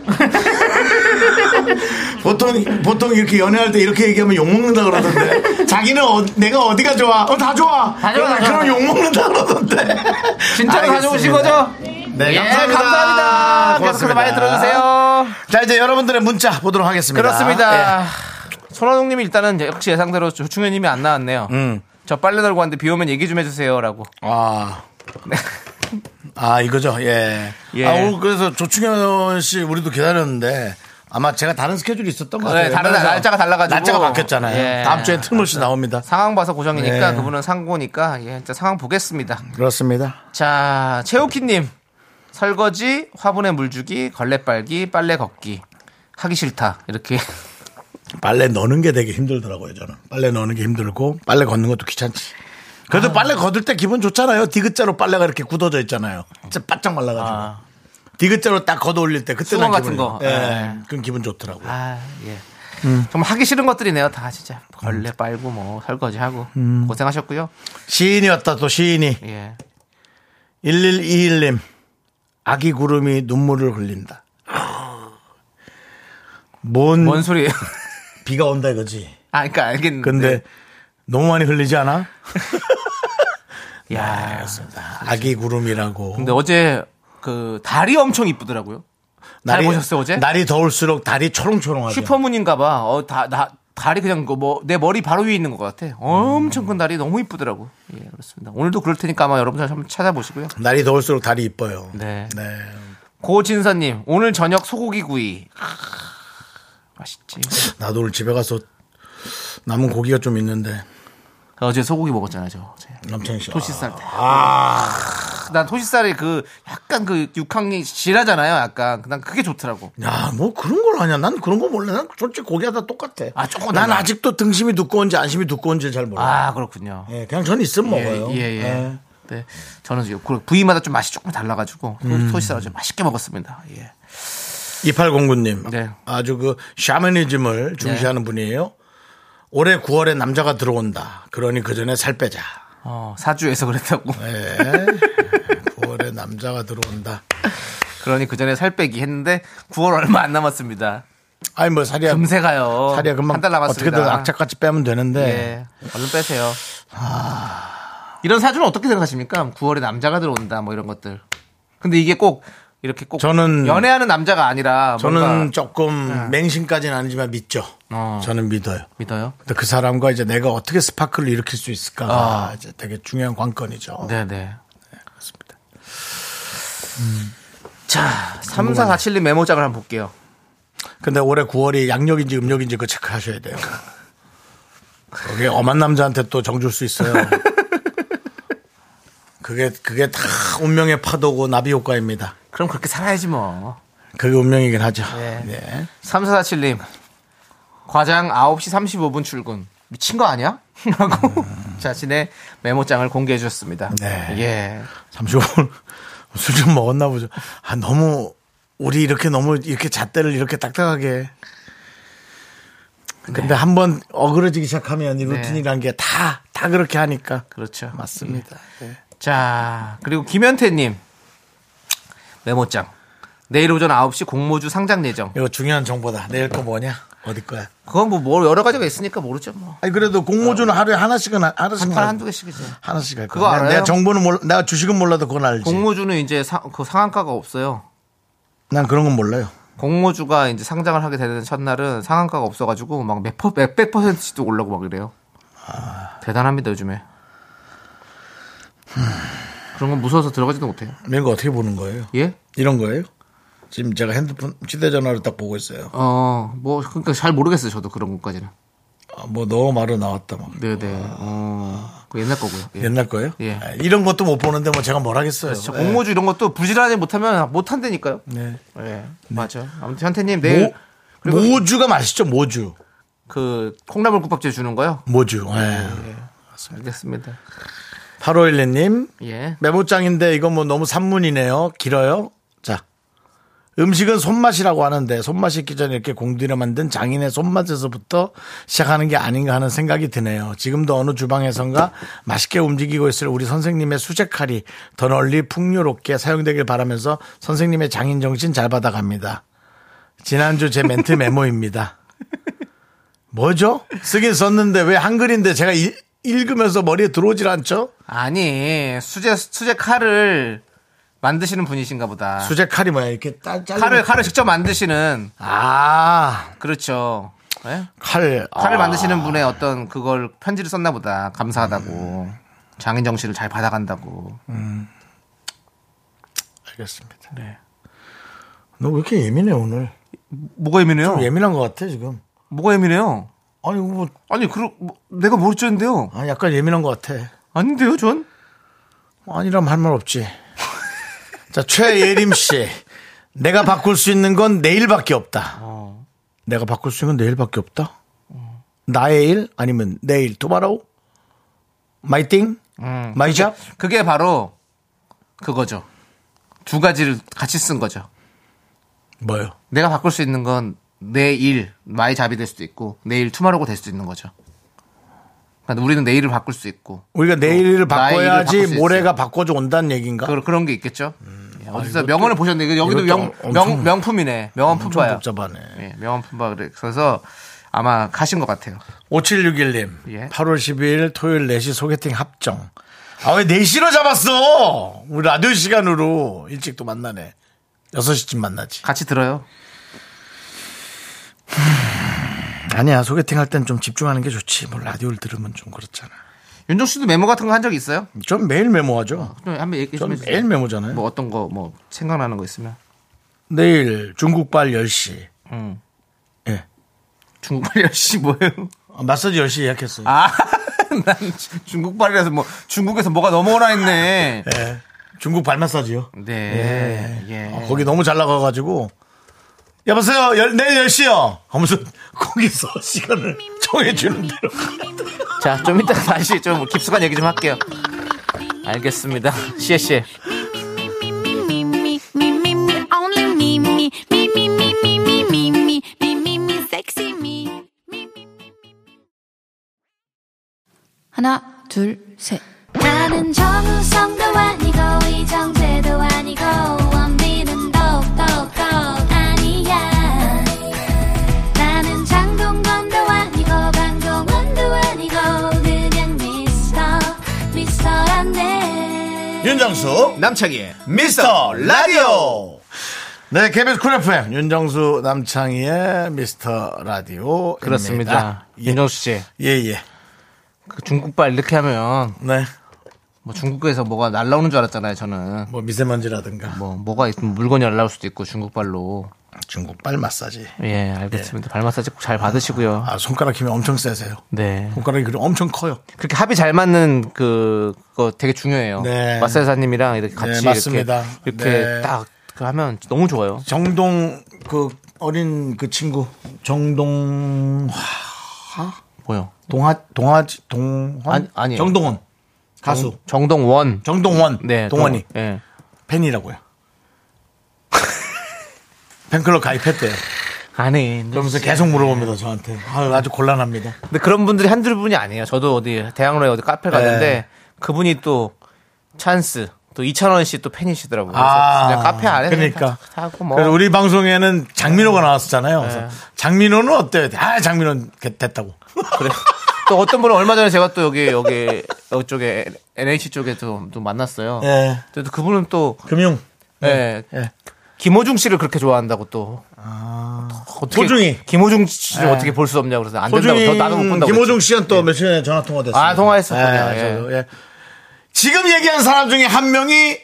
Speaker 1: (laughs) 보통 보통 이렇게 연애할 때 이렇게 얘기하면 욕 먹는다
Speaker 2: (laughs)
Speaker 1: 그러던데 자기는 어- 내가 어디가 좋아? 어 다 좋아.
Speaker 2: 다 좋아,
Speaker 1: 그러면
Speaker 2: 다 좋아.
Speaker 1: 그럼 욕 먹는다 그러던데.
Speaker 2: 진짜로
Speaker 1: 알겠습니다.
Speaker 2: 가져오신 거죠?
Speaker 1: 네
Speaker 2: 예,
Speaker 1: 감사합니다.
Speaker 2: 감사합니다. 계속해서
Speaker 1: 고맙습니다.
Speaker 2: 많이 들어주세요.
Speaker 1: 자 이제 여러분들의 문자 보도록 하겠습니다. 예.
Speaker 2: 그렇습니다. 손호동님이 일단은 역시 예상대로 조충현님이 안 나왔네요.
Speaker 1: 예. 음.
Speaker 2: 저 빨래 널고 왔는데 비 오면 얘기 좀 해주세요라고.
Speaker 1: 아. 아, 이거죠. 예.
Speaker 2: 예.
Speaker 1: 아, 오늘 그래서 조충현 씨 우리도 기다렸는데 아마 제가 다른 스케줄이 있었던 것
Speaker 2: 네,
Speaker 1: 같아요.
Speaker 2: 다른
Speaker 1: 그래서
Speaker 2: 날짜가 달라가지고.
Speaker 1: 날짜가 바뀌었잖아요.
Speaker 2: 예.
Speaker 1: 다음 주에 틀모씨 나옵니다.
Speaker 2: 상황 봐서 고정이니까
Speaker 1: 네.
Speaker 2: 그분은 상고니까 예, 일단 상황 보겠습니다.
Speaker 1: 그렇습니다.
Speaker 2: 자, 채우키님 설거지, 화분에 물주기, 걸레 빨기, 빨래 걷기 하기 싫다 이렇게
Speaker 1: 빨래 넣는 게 되게 힘들더라고요, 저는. 빨래 넣는 게 힘들고 빨래 걷는 것도 귀찮지. 그래도
Speaker 2: 아.
Speaker 1: 빨래 걷을 때 기분 좋잖아요. 디귿자로 빨래가 이렇게 굳어져 있잖아요. 진짜 바짝 말라가지고. 디귿자로 딱 걷어 올릴 때 그때 난
Speaker 2: 아. 수건
Speaker 1: 기분
Speaker 2: 같은 거.
Speaker 1: 예.
Speaker 2: 예.
Speaker 1: 그건 기분 좋더라고요.
Speaker 2: 아 예.
Speaker 1: 음.
Speaker 2: 정말 하기 싫은 것들이네요 다 진짜 걸레 빨고 뭐 설거지 하고
Speaker 1: 음.
Speaker 2: 고생하셨고요.
Speaker 1: 시인이었다, 또 시인이.
Speaker 2: 예.
Speaker 1: 1121님 아기 구름이 눈물을 흘린다. 뭔,
Speaker 2: 뭔 소리예요? (laughs)
Speaker 1: 비가 온다 이거지.
Speaker 2: 아, 그러니까 알겠는데.
Speaker 1: 근데 너무 많이 흘리지 않아?
Speaker 2: 야.
Speaker 1: 아기 구름이라고.
Speaker 2: 근데 어제 그 달이 엄청 이쁘더라고요. 잘 보셨어요, 어제?
Speaker 1: 날이 더울수록 달이 초롱초롱하죠.
Speaker 2: 슈퍼문인가봐. 어, 다, 나, 달이 그냥 그 뭐, 내 머리 바로 위에 있는 것 같아.
Speaker 1: 음.
Speaker 2: 엄청 큰 달이 너무 이쁘더라고. 예, 그렇습니다. 오늘도 그럴 테니까 아마 여러분들 한번 찾아보시고요.
Speaker 1: 날이 더울수록 달이 이뻐요.
Speaker 2: 네.
Speaker 1: 네.
Speaker 2: 고진서님, 오늘 저녁 소고기 구이. 아,
Speaker 1: (laughs)
Speaker 2: 맛있지.
Speaker 1: 나도 오늘 집에 가서 남은 고기가 좀 있는데
Speaker 2: 어제 소고기 먹었잖아요, 저. 어제.
Speaker 1: 남창희 씨.
Speaker 2: 토시살. 아. 난 토시살이 그, 약간 그 육향이 진하잖아요, 약간. 난 그게 좋더라고.
Speaker 1: 야, 뭐 그런 걸 아냐? 난 그런 거 몰라. 난 솔직히 고기하다 똑같아.
Speaker 2: 아, 조금
Speaker 1: 난
Speaker 2: 달라.
Speaker 1: 아직도 등심이 두꺼운지 안심이 두꺼운지 잘 몰라.
Speaker 2: 아, 그렇군요.
Speaker 1: 예, 그냥 전 있으면 먹어요.
Speaker 2: 예, 예.
Speaker 1: 예.
Speaker 2: 예. 네. 저는 지금 그 부위마다 좀 맛이 조금 달라가지고
Speaker 1: 음.
Speaker 2: 토시살 아주 맛있게 먹었습니다. 예.
Speaker 1: 2809님.
Speaker 2: 네.
Speaker 1: 아주 그 샤머니즘을 중시하는 분이에요. 올해 9월에 남자가 들어온다. 그러니 그 전에 살 빼자.
Speaker 2: 어, 사주에서 그랬다고. (laughs)
Speaker 1: 예. 9월에 남자가 들어온다.
Speaker 2: 그러니 그 전에 살 빼기 했는데 9월 얼마 안 남았습니다.
Speaker 1: 아니 뭐 살이야.
Speaker 2: 금세 가요.
Speaker 1: 살이야 금방
Speaker 2: 한 달 남았습니다.
Speaker 1: 어떻게든 악착같이 빼면 되는데.
Speaker 2: 예. 얼른 빼세요. 이런 사주는 어떻게 생각하십니까? 9월에 남자가 들어온다 뭐 이런 것들. 근데 이게 꼭 이렇게 꼭
Speaker 1: 저는-
Speaker 2: 연애하는 남자가 아니라
Speaker 1: 저는
Speaker 2: 뭔가 네.
Speaker 1: 조금 맹신까지는 아니지만 믿죠.
Speaker 2: 어.
Speaker 1: 저는 믿어요.
Speaker 2: 믿어요.
Speaker 1: 근데 그 사람과 이제 내가 어떻게 스파크를 일으킬 수 있을까가
Speaker 2: 아.
Speaker 1: 이제 되게 중요한 관건이죠.
Speaker 2: 네네. 어. 그렇습니다. 자, 3447님 메모장을 한번 볼게요.
Speaker 1: 근데 올해 9월이 양력인지 음력인지 그 체크하셔야 돼요. 그게 엄한 남자한테 또 정줄 수 있어요. 그게 그게 다 운명의 파도고 나비 효과입니다.
Speaker 2: 그럼 그렇게 살아야지 뭐.
Speaker 1: 그게 운명이긴 하죠.
Speaker 2: 네.
Speaker 1: 네.
Speaker 2: 3447님. 과장 9시 35분 출근. 미친 거 아니야? (laughs) 라고 자신의 메모장을 공개해 주셨습니다.
Speaker 1: 네.
Speaker 2: 예.
Speaker 1: 잠시 (laughs) 술 좀 먹었나 보죠. 아 너무 우리 이렇게 너무 이렇게 잣대를 이렇게 딱딱하게. 근데
Speaker 2: 네.
Speaker 1: 한번 어그러지기 시작하면 이 루틴이란 게 다 다 그렇게 하니까
Speaker 2: 그렇죠.
Speaker 1: 맞습니다.
Speaker 2: 자, 그리고 김현태님. 메모장. 내일 오전 9시 공모주 상장 예정.
Speaker 1: 이거 중요한 정보다. 내일 거 뭐냐? 어디 거야?
Speaker 2: 그건 뭐, 뭐 여러 가지가 있으니까 모르죠 뭐.
Speaker 1: 아니 그래도 공모주는 하루에 하나씩은 하- 하나씩
Speaker 2: 한판
Speaker 1: 갈-
Speaker 2: 한두 개씩이지.
Speaker 1: 하나씩 할
Speaker 2: 그거
Speaker 1: 거야.
Speaker 2: 알아요?
Speaker 1: 내가 정보는 몰라, 내가 주식은 몰라도 그건 알지.
Speaker 2: 공모주는 이제 사- 그 상한가가 없어요.
Speaker 1: 난 그런 건 몰라요.
Speaker 2: 공모주가 이제 상장을 하게 되는 첫날은 상한가가 없어가지고 막 몇, 퍼- 몇백 퍼센트씩도 올라고 막 이래요. 대단합니다 요즘에. 그런 건 무서워서 들어가지도 못해요.
Speaker 1: 이런 거 어떻게 보는 거예요?
Speaker 2: 예?
Speaker 1: 이런 거예요? 지금 제가 핸드폰 휴대전화로 딱 보고 있어요.
Speaker 2: 어, 뭐 그러니까 잘 모르겠어요 저도 그런 것까지는.
Speaker 1: 아, 뭐 너무 말로 나왔다 막.
Speaker 2: 네네. 어, 그 옛날 거고요. 예.
Speaker 1: 옛날 거예요?
Speaker 2: 예.
Speaker 1: 아, 이런 것도 못 보는데 뭐 제가 뭘 하겠어요.
Speaker 2: 저
Speaker 1: 예.
Speaker 2: 아, 공모주 이런 것도 부지런히 못하면 못한다니까요.
Speaker 1: 네.
Speaker 2: 예, 맞아. 아무튼 현태님 내일
Speaker 1: 모, 모주가 맛있죠. 모주.
Speaker 2: 그 콩나물국밥제 주는 거요.
Speaker 1: 모주. 예.
Speaker 2: 알겠습니다.
Speaker 1: 8511님
Speaker 2: 예.
Speaker 1: 메모장인데 이건 뭐 너무 산문이네요. 길어요. 자. 음식은 손맛이라고 하는데 손맛이 있기 전에 이렇게 공들여 만든 장인의 손맛에서부터 시작하는 게 아닌가 하는 생각이 드네요. 지금도 어느 주방에선가 맛있게 움직이고 있을 우리 선생님의 수제칼이 더 널리 풍요롭게 사용되길 바라면서 선생님의 장인 정신 잘 받아갑니다. 지난주 제 멘트 메모입니다. 뭐죠? 쓰긴 썼는데 왜 한글인데 제가 읽- 읽으면서 머리에 들어오질 않죠?
Speaker 2: 아니 수제 수제 칼을 만드시는 분이신가 보다.
Speaker 1: 수제 칼이 뭐야? 이렇게 딸 짤.
Speaker 2: 칼을 칼을 직접 만드시는
Speaker 1: 아,
Speaker 2: 그렇죠. 예?
Speaker 1: 칼.
Speaker 2: 칼을
Speaker 1: 아.
Speaker 2: 만드시는 분의 어떤 그걸 편지를 썼나 보다. 감사하다고 장인 정신을 잘 받아간다고.
Speaker 1: 알겠습니다.
Speaker 2: 네.
Speaker 1: 너 왜 이렇게 예민해 오늘?
Speaker 2: 뭐가 예민해요?
Speaker 1: 예민한 것 같아 지금.
Speaker 2: 뭐가 예민해요?
Speaker 1: 아니 뭐,
Speaker 2: 아니 그 내가 뭘 쪘는데요?
Speaker 1: 아, 약간 예민한 것 같아. 뭐
Speaker 2: 아닌데요, 전.
Speaker 1: 아니라면 할 말 없지. 자 최예림 씨, 내가 바꿀 수 있는 건 내일밖에 없다.
Speaker 2: 어.
Speaker 1: 내가 바꿀 수 있는 건 내일밖에 없다. 나의 일 아니면 내일 tomorrow, my thing, my job.
Speaker 2: 음. 그게 바로 그거죠. 두 가지를 같이 쓴 거죠.
Speaker 1: 뭐요?
Speaker 2: 내가 바꿀 수 있는 건 내일 마이 잡이 될 수도 있고 내일 투마로가 될 수도 있는 거죠. 그러니까 우리는 내일을 바꿀 수 있고
Speaker 1: 우리가 내일을
Speaker 2: 나의 일을 바꿀 수
Speaker 1: 바꿔야지
Speaker 2: 있어요.
Speaker 1: 모레가 바꿔줘 온다는 얘기인가?
Speaker 2: 그, 그런 게 있겠죠. 예, 어디서 명언을 보셨네. 이거
Speaker 1: 음.
Speaker 2: 여기도
Speaker 1: 아, 이것도
Speaker 2: 명,
Speaker 1: 엄청-
Speaker 2: 명, 명품이네. 명언
Speaker 1: 좀
Speaker 2: 품바야.
Speaker 1: 복잡하네.
Speaker 2: 예, 명언 품바. 그래. 그래서 아마 가신 것 같아요.
Speaker 1: 5761님.
Speaker 2: 예.
Speaker 1: 8월 12일 토요일 4시 소개팅 합정. 아, 왜 4시로 잡았어? 우리 라디오 시간으로 일찍 또 만나네. 6시쯤 만나지.
Speaker 2: 같이 들어요.
Speaker 1: 아니야, 소개팅 할 땐 좀 집중하는 게 좋지. 뭘 라디오를 들으면 좀 그렇잖아.
Speaker 2: 윤종 씨도 메모 같은 거 한 적 있어요?
Speaker 1: 전 매일 메모하죠.
Speaker 2: 좀 한번 얘기 좀
Speaker 1: 전
Speaker 2: 해주세요.
Speaker 1: 매일 메모잖아요.
Speaker 2: 뭐 어떤 거 뭐 생각나는 거 있으면
Speaker 1: 내일 중국발 10시.
Speaker 2: 음.
Speaker 1: 예.
Speaker 2: (laughs) 중국발 열심히 뭐예요?
Speaker 1: 아, 마사지 10시 예약했어요.
Speaker 2: 아, (laughs) 난 주- 중국발이라서 뭐 중국에서 뭐가 넘어오나 했네.
Speaker 1: 예. 중국 발 마사지요.
Speaker 2: 네. 예.
Speaker 1: 아, 거기 너무 잘 나가가지고. 여보세요, 열- 내일 10시요. 하면서 (laughs) 거기서 시간을 정해주는 대로.
Speaker 2: 자, 좀 이따 다시 좀 깊숙한 얘기 좀 할게요. 알겠습니다. 시에 씨.
Speaker 7: 하나, 둘, 셋.
Speaker 5: 나는 정우성도 아니고 이정재도 아니고 원빈은 더욱더 아니야 나는 장동건도 아니고 방종원도 아니고 그냥 미스터 미스터란데
Speaker 1: 윤정수
Speaker 2: 남창희의
Speaker 1: 미스터 라디오 네 KBS 쿨 FM 윤정수 남창희의 미스터 라디오
Speaker 2: 그렇습니다. 예. 윤정수 씨.
Speaker 1: 예예
Speaker 2: 그 중국발 이렇게 하면
Speaker 1: 네뭐
Speaker 2: 뭐 중국에서 뭐가 날라오는 줄 알았잖아요, 저는.
Speaker 1: 미세먼지라든가
Speaker 2: 뭐 뭐가 있으면 물건이 날라올 수도 있고 중국발로.
Speaker 1: 중국발 마사지
Speaker 2: 예, 알겠습니다. 발 마사지 꼭 잘 받으시고요.
Speaker 1: 아 손가락 힘이 엄청 세세요
Speaker 2: 네.
Speaker 1: 손가락이 그리고 엄청 커요
Speaker 2: 그렇게 합이 잘 맞는 그, 그거 되게 중요해요.
Speaker 1: 네.
Speaker 2: 마사사님이랑 이렇게 같이
Speaker 1: 맞습니다.
Speaker 2: 이렇게, 이렇게
Speaker 1: 네.
Speaker 2: 딱그 하면 너무 좋아요.
Speaker 1: 정동 그 어린 그 친구 정동
Speaker 2: 뭐요?
Speaker 1: 동화 동화 동화
Speaker 2: 아니, 아니에요.
Speaker 1: 정동원 가수
Speaker 2: 정동원.
Speaker 1: 정, 동원
Speaker 2: 네.
Speaker 1: 동원이
Speaker 2: 동- 예.
Speaker 1: (laughs) 팬이라고요 팬클럽 가입했대요 예.
Speaker 2: 아니.
Speaker 1: 그러면서 계속 물어봅니다 저한테 아유, 아주 곤란합니다
Speaker 2: 근데 그런 분들이 한두 분이 아니에요. 저도 어디 대학로에 어디 카페
Speaker 1: 네.
Speaker 2: 갔는데 그분이 또 찬스 또 이찬원 씨 또 팬이시더라고요. 그래서
Speaker 1: 아,
Speaker 2: 그냥 카페 안에
Speaker 1: 그러니까.
Speaker 2: 하고 뭐 네.
Speaker 1: 그래서 우리 방송에는 장민호가 나왔었잖아요 그래서 장민호는 어때요 아 장민호는 개- 됐다고
Speaker 2: 그래. 또 어떤 분을 얼마 전에 제가 또 여기 여기 이쪽에 NH 쪽에 또, 또 만났어요.
Speaker 1: 예.
Speaker 2: 또 그분은 또
Speaker 1: 금융
Speaker 2: 예.
Speaker 1: 예.
Speaker 2: 김호중 씨를 그렇게 좋아한다고 또 어떻게
Speaker 1: 소중히.
Speaker 2: 김호중 씨를
Speaker 1: 예.
Speaker 2: 어떻게 볼 수 없냐고 그래서 안 된다고 저
Speaker 1: 소중히
Speaker 2: 나도 못 본다고
Speaker 1: 김호중
Speaker 2: 그랬지.
Speaker 1: 씨는 또 며칠 전에 전화 통화됐어요
Speaker 2: 아, 통화했었군요. 예.
Speaker 1: 지금 얘기한 사람 중에 한 명이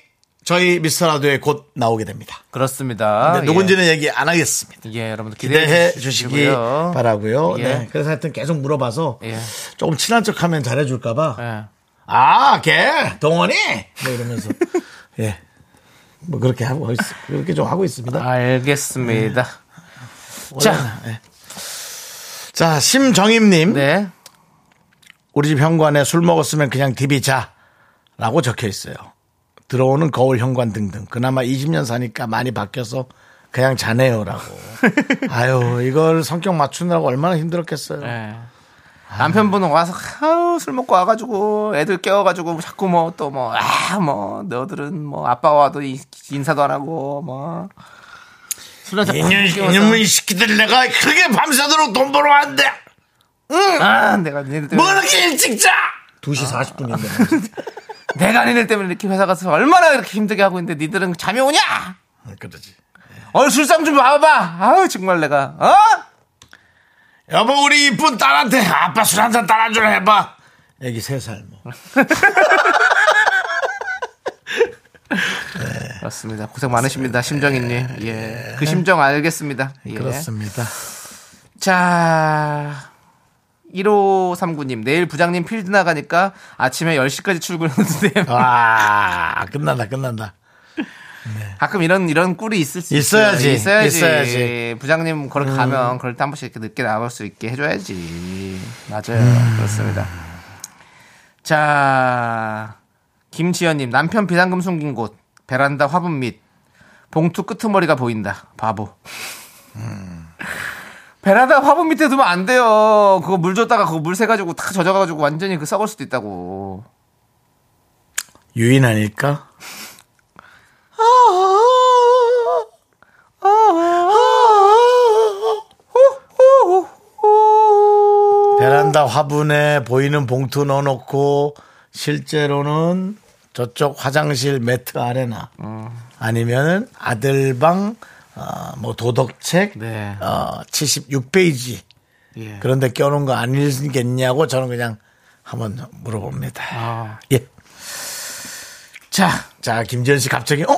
Speaker 1: 저희 미스터라디오에 곧 나오게 됩니다
Speaker 2: 그렇습니다.
Speaker 1: 근데 누군지는 얘기 안 하겠습니다
Speaker 2: 예, 예, 여러분들 기대해
Speaker 1: 기대해
Speaker 2: 주시기
Speaker 1: 주시기 바라고요.
Speaker 2: 예.
Speaker 1: 네. 그래서 하여튼 계속 물어봐서
Speaker 2: 예.
Speaker 1: 조금 친한 척하면 잘해줄까봐.
Speaker 2: 예.
Speaker 1: 아, 걔 동원이 뭐
Speaker 2: (laughs)
Speaker 1: 이러면서 예. 뭐 그렇게 하고 있, 그렇게 좀 하고 있습니다.
Speaker 2: 알겠습니다. 아, 자,
Speaker 1: 예. 자, 심정임님,
Speaker 2: 네.
Speaker 1: 우리 집 현관에 술 먹었으면 그냥 디비자라고 적혀 있어요. 들어오는 거울 현관 등등. 그나마 20년 사니까 많이 바뀌어서 그냥
Speaker 2: (laughs)
Speaker 1: 자네요라고. 아유, 이걸 성격 맞추느라고 얼마나 힘들었겠어요.
Speaker 2: 예. 남편분은 와서 아우, 술 먹고 와가지고 애들 깨워가지고 자꾸 뭐 또 뭐 아 뭐 너들은 뭐 아빠 와도 이- 인사도 안 하고 뭐 예. 아, 술한잔
Speaker 1: 이년, 이년이 시키들 내가 그게 밤새도록 돈 벌어 왔는데,
Speaker 2: 아 내가 니네들 때문에
Speaker 1: 뭐 이렇게 일찍 자! 2시 (laughs) 40분인데.
Speaker 2: 내가 니네 때문에 이렇게 회사 가서 얼마나 이렇게 힘들게 하고 있는데 니들은 잠이 오냐?
Speaker 1: 네, 그러지.
Speaker 2: 오늘 술상 좀 봐봐. 아우 정말 내가 어?
Speaker 1: 여보, 우리 이쁜 딸한테 아빠 술 한 잔 따라주라 해봐. 애기 3살 뭐.
Speaker 2: 아, 그렇습니다. 고생 많으십니다, 심정이님. 예, 그 심정 알겠습니다. 예.
Speaker 1: 네. 그렇습니다.
Speaker 2: 자, 1539님, 내일 부장님 필드 나가니까 아침에 10시까지 출근하는데
Speaker 1: 아, 와, 아, 끝난다, 끝난다.
Speaker 2: 가끔 아, 이런, 이런 꿀이 있을 수
Speaker 1: 있어야지,
Speaker 2: 있어요. 있어야지.
Speaker 1: 있어야지.
Speaker 2: 부장님 그걸 가면 그럴 때 한 번씩 이렇게 늦게 나갈 수 있게 해줘야지. 맞아요. 그렇습니다. 자, 김지연님, 남편 비상금 숨긴 곳, 베란다 화분 밑, 봉투 끄트머리가 보인다. 바보. 베란다 화분 밑에 두면 안 돼요. 그거 물 줬다가 그거 물 새가지고 다 젖어가지고 완전히 그 썩을 수도 있다고.
Speaker 1: 유인 아닐까? 베란다 화분에 보이는 봉투 넣어놓고 실제로는 저쪽 화장실 매트 아래나
Speaker 2: 어.
Speaker 1: 아니면은 아들방 어, 뭐 도덕책
Speaker 2: 네.
Speaker 1: 어, 76페이지
Speaker 2: 예.
Speaker 1: 네. 그런데 껴놓은 거 아니겠냐고 저는 그냥 한번 물어봅니다.
Speaker 2: 아.
Speaker 1: 예.
Speaker 2: 자,
Speaker 1: 자, 김지현 씨 갑자기, 어?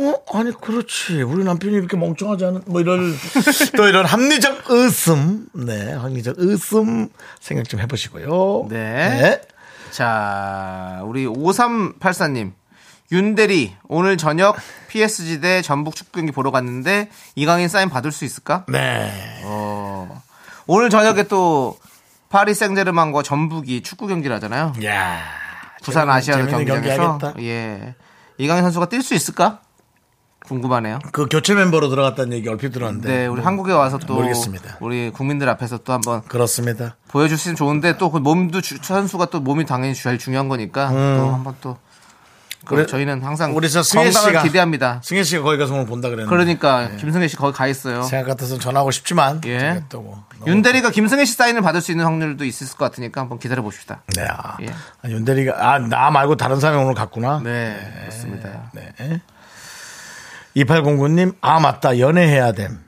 Speaker 1: 어? 아니, 그렇지. 우리 남편이 이렇게 멍청하지 않은, 뭐,
Speaker 2: (laughs)
Speaker 1: 이런, 또 이런 합리적 의심. 네, 합리적 의심 생각 좀 해보시고요.
Speaker 2: 네. 자, 우리 5384님. 윤대리, 오늘 저녁 PSG 대 전북 축구 경기 보러 갔는데 이강인 사인 받을 수 있을까?
Speaker 1: 네.
Speaker 2: 어. 오늘 저녁에 또 파리 생제르맹과 전북이 축구 경기를 하잖아요.
Speaker 1: 야
Speaker 2: 부산 아시아
Speaker 1: 재밌는
Speaker 2: 경기장에서
Speaker 1: 경기 하겠다.
Speaker 2: 예. 이강인 선수가 뛸 수 있을까? 궁금하네요.
Speaker 1: 그 교체 멤버로 들어갔다는 얘기 얼핏 들었는데.
Speaker 2: 네, 우리 한국에 와서 또
Speaker 1: 뭐 모르겠습니다.
Speaker 2: 우리 국민들 앞에서 또 한번
Speaker 1: 그렇습니다.
Speaker 2: 보여주시면 좋은데 또 그 몸도 주, 선수가 또 몸이 당연히 제일 중요한 거니까 또 한번 또
Speaker 1: 음.
Speaker 2: 그래,
Speaker 1: 우리-
Speaker 2: 저희는 항상
Speaker 1: 우리 저 승혜
Speaker 2: 건강을
Speaker 1: 씨가- 네.
Speaker 2: 기대합니다.
Speaker 1: 승혜 씨가 거기 가서 오늘 본다 그랬는데.
Speaker 2: 그러니까 김승혜 씨 거기 가 있어요.
Speaker 1: 생각 같아서 전하고 싶지만.
Speaker 2: 예.
Speaker 1: 제가 또 뭐, 너무-
Speaker 2: 윤대리가 김승혜 씨 사인을 받을 수 있는 확률도 있을 것 같으니까 한번 기다려 봅시다.
Speaker 1: 네. 아,
Speaker 2: 예.
Speaker 1: 아, 윤대리가, 아, 나 말고 다른 사람이 오늘 갔구나.
Speaker 2: 네, 그렇습니다.
Speaker 1: 네. 2809님, 아, 맞다. 연애해야 됨.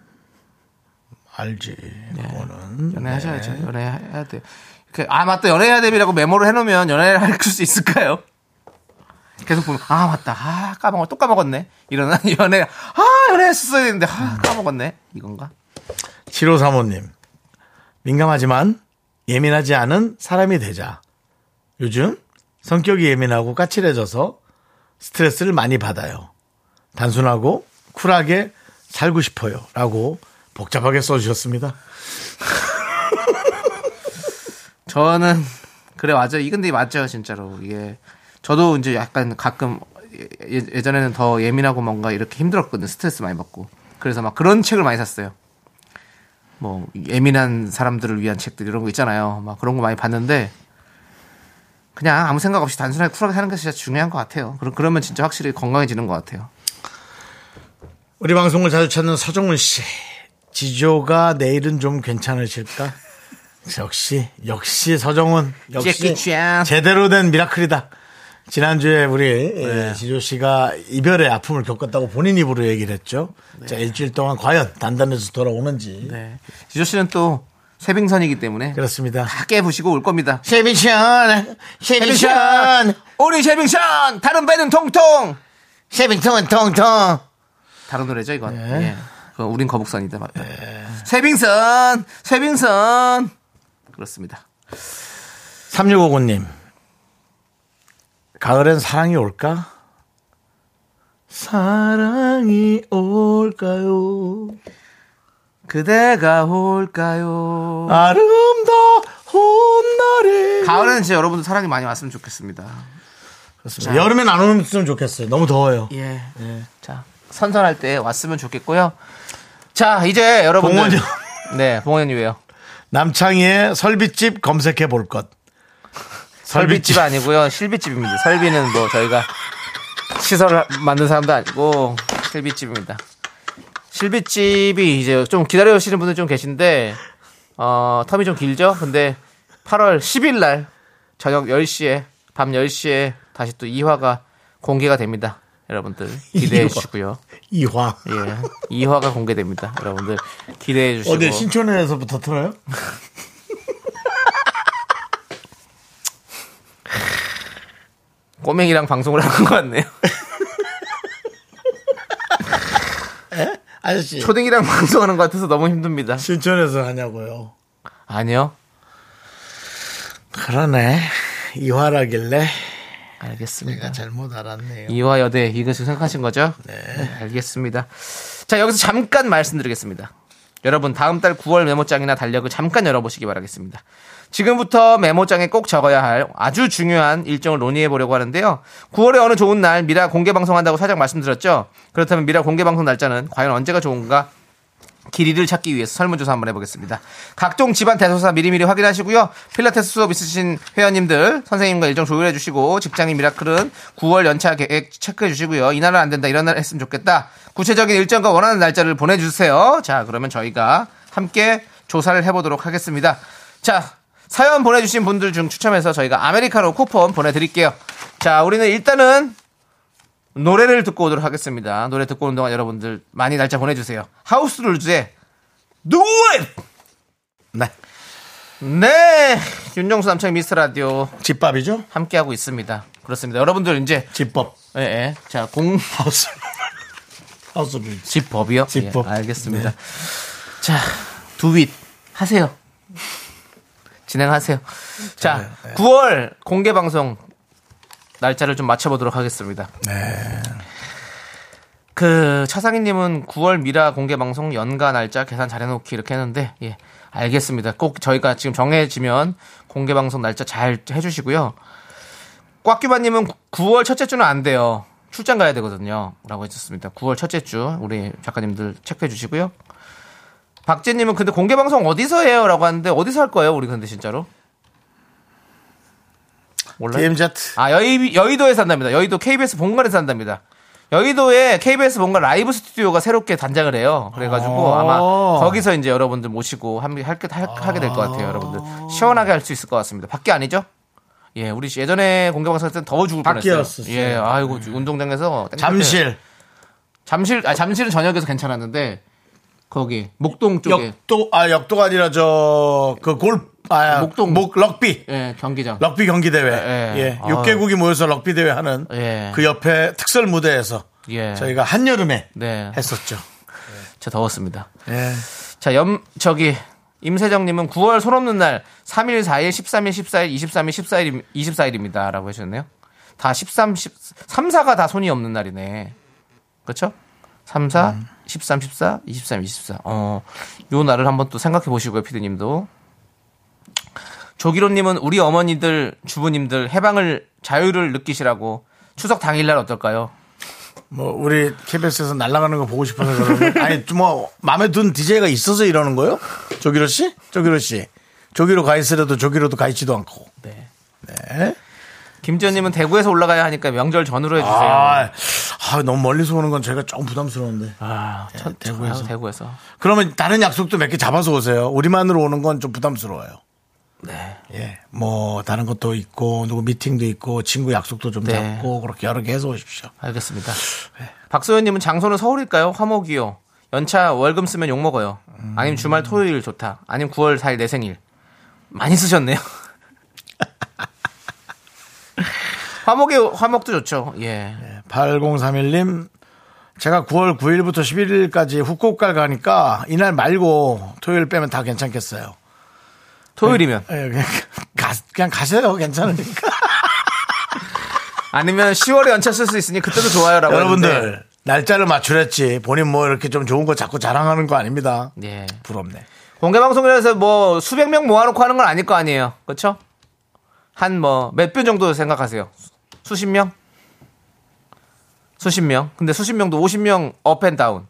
Speaker 1: 알지.
Speaker 2: 네.
Speaker 1: 그거는.
Speaker 2: 연애하셔야죠. 연애해야 돼. 이렇게 아 맞다 연애해야 됩이라고 메모를 해놓으면 연애를 할 수 있을까요? 계속 보면 아 맞다 아 까먹어 또 까먹었네 이런 (laughs) 연애 아 연애했었어야 되는데 아 까먹었네 이건가?
Speaker 1: 7535님, 민감하지만 예민하지 않은 사람이 되자. 요즘 성격이 예민하고 까칠해져서 스트레스를 많이 받아요. 단순하고 쿨하게 살고 싶어요. 라고 복잡하게 써주셨습니다.
Speaker 2: 저는 (laughs) 그래 맞아요. 이 근데 맞죠 진짜로 이게 저도 이제 약간 가끔 예, 전에는더 예민하고 뭔가 이렇게 힘들었거든 스트레스 많이 받고 그래서 막 그런 책을 많이 샀어요. 뭐 예민한 사람들을 위한 책들 이런 거 있잖아요. 막 그런 거 많이 봤는데 그냥 아무 생각 없이 단순하게 쿨하게 사는 게 진짜 중요한 것 같아요. 그러, 그러면 진짜 확실히 건강해지는 것 같아요.
Speaker 1: 우리 방송을 자주 찾는 서정훈 씨. 지조가 내일은 좀 괜찮으실까? 역시, 역시 서정훈. 역시
Speaker 2: 제키 챈.
Speaker 1: 제대로 된 미라클이다. 지난주에 우리 예, 지조 씨가 이별의 아픔을 겪었다고 본인 입으로 얘기를 했죠. 자, 일주일 동안 과연 단단해서 돌아오는지.
Speaker 2: 네. 지조 씨는 또 세빙선이기 때문에
Speaker 1: 그렇습니다.
Speaker 2: 다 깨부시고 올 겁니다.
Speaker 1: 아, 세빈션,
Speaker 2: 세빙선 우리 세빙선 다른 배는 통통
Speaker 1: 세빈턴, 통통.
Speaker 2: 다른 노래죠 이건. 예. 그건 우린 거북선이다 맞다. 쇠빙선, 쇠빙선. 그렇습니다.
Speaker 1: 3659님. 가을엔 사랑이 올까? 사랑이 올까요?
Speaker 2: 그대가 올까요?
Speaker 1: 아름다운 날에.
Speaker 2: 가을에는 진짜 여러분들 사랑이 많이 왔으면 좋겠습니다.
Speaker 1: 그렇습니다. 여름엔 안 오면 좋겠어요. 너무 더워요.
Speaker 2: 예. 자, 선선할 때 왔으면 좋겠고요. 자, 이제 여러분들.
Speaker 1: 봉원이-
Speaker 2: 네, 봉원이 왜요?
Speaker 1: 남창희의 설비집 검색해 볼 (laughs) 것.
Speaker 2: 설비집 아니고요. 실비집입니다. 설비는 뭐 저희가 시설을 만든 사람도 아니고 실비집입니다. 실비집이 이제 좀 기다려오시는 분들 좀 계신데 어, 텀이 좀 길죠? 근데 8월 10일 날 저녁 10시에 밤 10시에 다시 또 2화가 공개가 됩니다. 여러분들 기대해
Speaker 1: 이화.
Speaker 2: 주시고요.
Speaker 1: 이화.
Speaker 2: 예. 2화가 공개됩니다. 여러분들 기대해 주시고
Speaker 1: 어디 네, 신촌에서부터 틀어요?
Speaker 2: 꼬맹이랑 방송을 하는 것 같네요.
Speaker 1: 아저씨.
Speaker 2: 초딩이랑 (laughs) 방송하는 것 같아서 너무 힘듭니다.
Speaker 1: 신촌에서 하냐고요.
Speaker 2: 아니요.
Speaker 1: 그러네. 이화라길래
Speaker 2: 알겠습니다.
Speaker 1: 잘못 알았네요.
Speaker 2: 이화 여대 이거 지금 생각하신 거죠? 네. 알겠습니다. 자 여기서 잠깐 말씀드리겠습니다. 여러분 다음 달 9월 메모장이나 달력을 잠깐 열어보시기 바라겠습니다. 지금부터 메모장에 꼭 적어야 할 아주 중요한 일정을 논의해 보려고 하는데요. 9월에 어느 좋은 날 미라 공개 방송한다고 살짝 말씀드렸죠. 그렇다면 미라 공개 방송 날짜는 과연 언제가 좋은가 길이를 찾기 위해서 설문조사 한번 해보겠습니다. 각종 집안 대소사 미리미리 확인하시고요. 필라테스 수업 있으신 회원님들 선생님과 일정 조율해 주시고 직장인 미라클은 9월 연차 계획 체크해 주시고요. 이 날은 안 된다 이런 날 했으면 좋겠다. 구체적인 일정과 원하는 날짜를 보내주세요. 자 그러면 저희가 함께 조사를 해보도록 하겠습니다. 자 사연 보내주신 분들 중 추첨해서 저희가 아메리카노 쿠폰 보내드릴게요. 자 우리는 일단은 노래를 듣고 오도록 하겠습니다. 노래 듣고 오는 동안 여러분들 많이 날짜 보내주세요. 하우스 룰즈의 Do It!
Speaker 1: 네.
Speaker 2: 네! 윤정수 남창 미스터 라디오
Speaker 1: 집밥이죠?
Speaker 2: 함께하고 있습니다. 그렇습니다. 여러분들 이제,
Speaker 1: 집밥.
Speaker 2: 예, 예. 자, 공,
Speaker 1: 하우스. (laughs) 하우스를.
Speaker 2: 집법이요?
Speaker 1: 집법. 네.
Speaker 2: 예, 알겠습니다. 자, 두윗 하세요. 진행하세요. 자,
Speaker 1: 네.
Speaker 2: 9월 공개 방송 날짜를 좀 맞춰보도록 하겠습니다. 그 차상희님은 9월 미라 공개 방송 연가 날짜 계산 잘해놓기 이렇게 했는데 예 알겠습니다. 꼭 저희가 지금 정해지면 공개 방송 날짜 잘 해주시고요. 꽉규바님은 9월 첫째 주는 안 돼요. 출장 가야 되거든요. 라고 해주셨습니다. 9월 첫째 주 우리 작가님들 체크해 주시고요. 박재님은 근데 공개 방송 어디서 해요? 라고 하는데 어디서 할 거예요? 우리 근데 진짜로? 몰라요.
Speaker 1: DMZ.
Speaker 2: 아 여의, 여의도에서 한답니다. 여의도 KBS 본관에서 한답니다. 여의도에 KBS 본관 라이브 스튜디오가 새롭게 단장을 해요.
Speaker 1: 어.
Speaker 2: 그래가지고 아마 거기서 이제 여러분들 모시고 함- 할게 할- 하게 될 것 같아요. 여러분들 시원하게 할 수 있을 것 같습니다. 밖에 아니죠? 예, 우리 예전에 공개 방송 할때 더워 죽을 뻔했어요.
Speaker 1: 밖이었었어요. 네.
Speaker 2: 예, 아이고 운동장에서 땡볕에-
Speaker 1: 잠실.
Speaker 2: 잠실, 아 잠실은 저녁에서 괜찮았는데 거기 목동 쪽에
Speaker 1: 역도, 아, 역도가 아니라 저, 그 골, 아,
Speaker 2: 목동.
Speaker 1: 목, 럭비.
Speaker 2: 예 경기장.
Speaker 1: 럭비 경기대회.
Speaker 2: 예,
Speaker 1: 예.
Speaker 2: 예.
Speaker 1: 6개국이 모여서 럭비대회 하는
Speaker 2: 예.
Speaker 1: 그 옆에 특설 무대에서
Speaker 2: 예,
Speaker 1: 저희가 한여름에
Speaker 2: 네,
Speaker 1: 했었죠.
Speaker 2: 저 더웠습니다.
Speaker 1: 예.
Speaker 2: 자, 염, 저기, 임세정님은 9월 손 없는 날, 3일, 4일, 13일, 14일, 23일, 14일, 24일입니다. 라고 해주셨네요. 다 13, 10, 3, 4가 다 손이 없는 날이네. 그쵸? 3, 4, 13, 14, 23, 24. 어, 요 날을 한번 또 생각해 보시고요, 피디님도. 조기로님은 우리 어머니들, 주부님들 해방을, 자유를 느끼시라고 추석 당일날 어떨까요?
Speaker 1: 뭐, 우리 KBS에서 날아가는 거 보고 싶어서 그러는 거. 아니, 좀 뭐, 마음에 든 DJ가 있어서 이러는 거요? 조기로 씨? 조기로 씨. 조기로 가 있으려도 조기로도 가 있지도 않고.
Speaker 2: 네.
Speaker 1: 네.
Speaker 2: 김지현님은 대구에서 올라가야 하니까 명절 전후로 해주세요.
Speaker 1: 아, 아, 너무 멀리서 오는 건 저희가 조금 부담스러운데.
Speaker 2: 아, 천-
Speaker 1: 네, 대구에서.
Speaker 2: 아, 대구에서.
Speaker 1: 그러면 다른 약속도 몇 개 잡아서 오세요. 우리만으로 오는 건 좀 부담스러워요. 네. 예. 뭐 다른 것도 있고 누구 미팅도 있고 친구 약속도 좀
Speaker 2: 네.
Speaker 1: 잡고 그렇게 여러 개 해서 오십시오.
Speaker 2: 알겠습니다. 박소연님은 장소는 서울일까요? 화목이요. 연차 월금 쓰면 욕 먹어요. 아니면 주말 토요일 좋다. 아니면 9월 4일 내 생일. 많이 쓰셨네요. (laughs) 화목이 화목도 좋죠. 예.
Speaker 1: 8031님 제가 9월 9일부터 11일까지 후쿠오카를 가니까 이날 말고 토요일 빼면 다 괜찮겠어요.
Speaker 2: 토요일이면
Speaker 1: 예, 그냥, (laughs) 가, 그냥 가세요. 괜찮으니까.
Speaker 2: 아니면 10월에 연차 쓸 수 있으니 그때도 좋아요라고 했는데.
Speaker 1: 여러분들 날짜를 맞추랬지 본인 뭐 이렇게 좀 좋은 거 자꾸 자랑하는 거 아닙니다.
Speaker 2: 예.
Speaker 1: 부럽네.
Speaker 2: 공개 방송이라서 뭐 수백 명 모아놓고 하는 건 아닐 거 아니에요. 그렇죠? 한 뭐 몇 분 정도 생각하세요? 수십 명? 수십 명. 근데 수십 명도 50명 업앤 다운.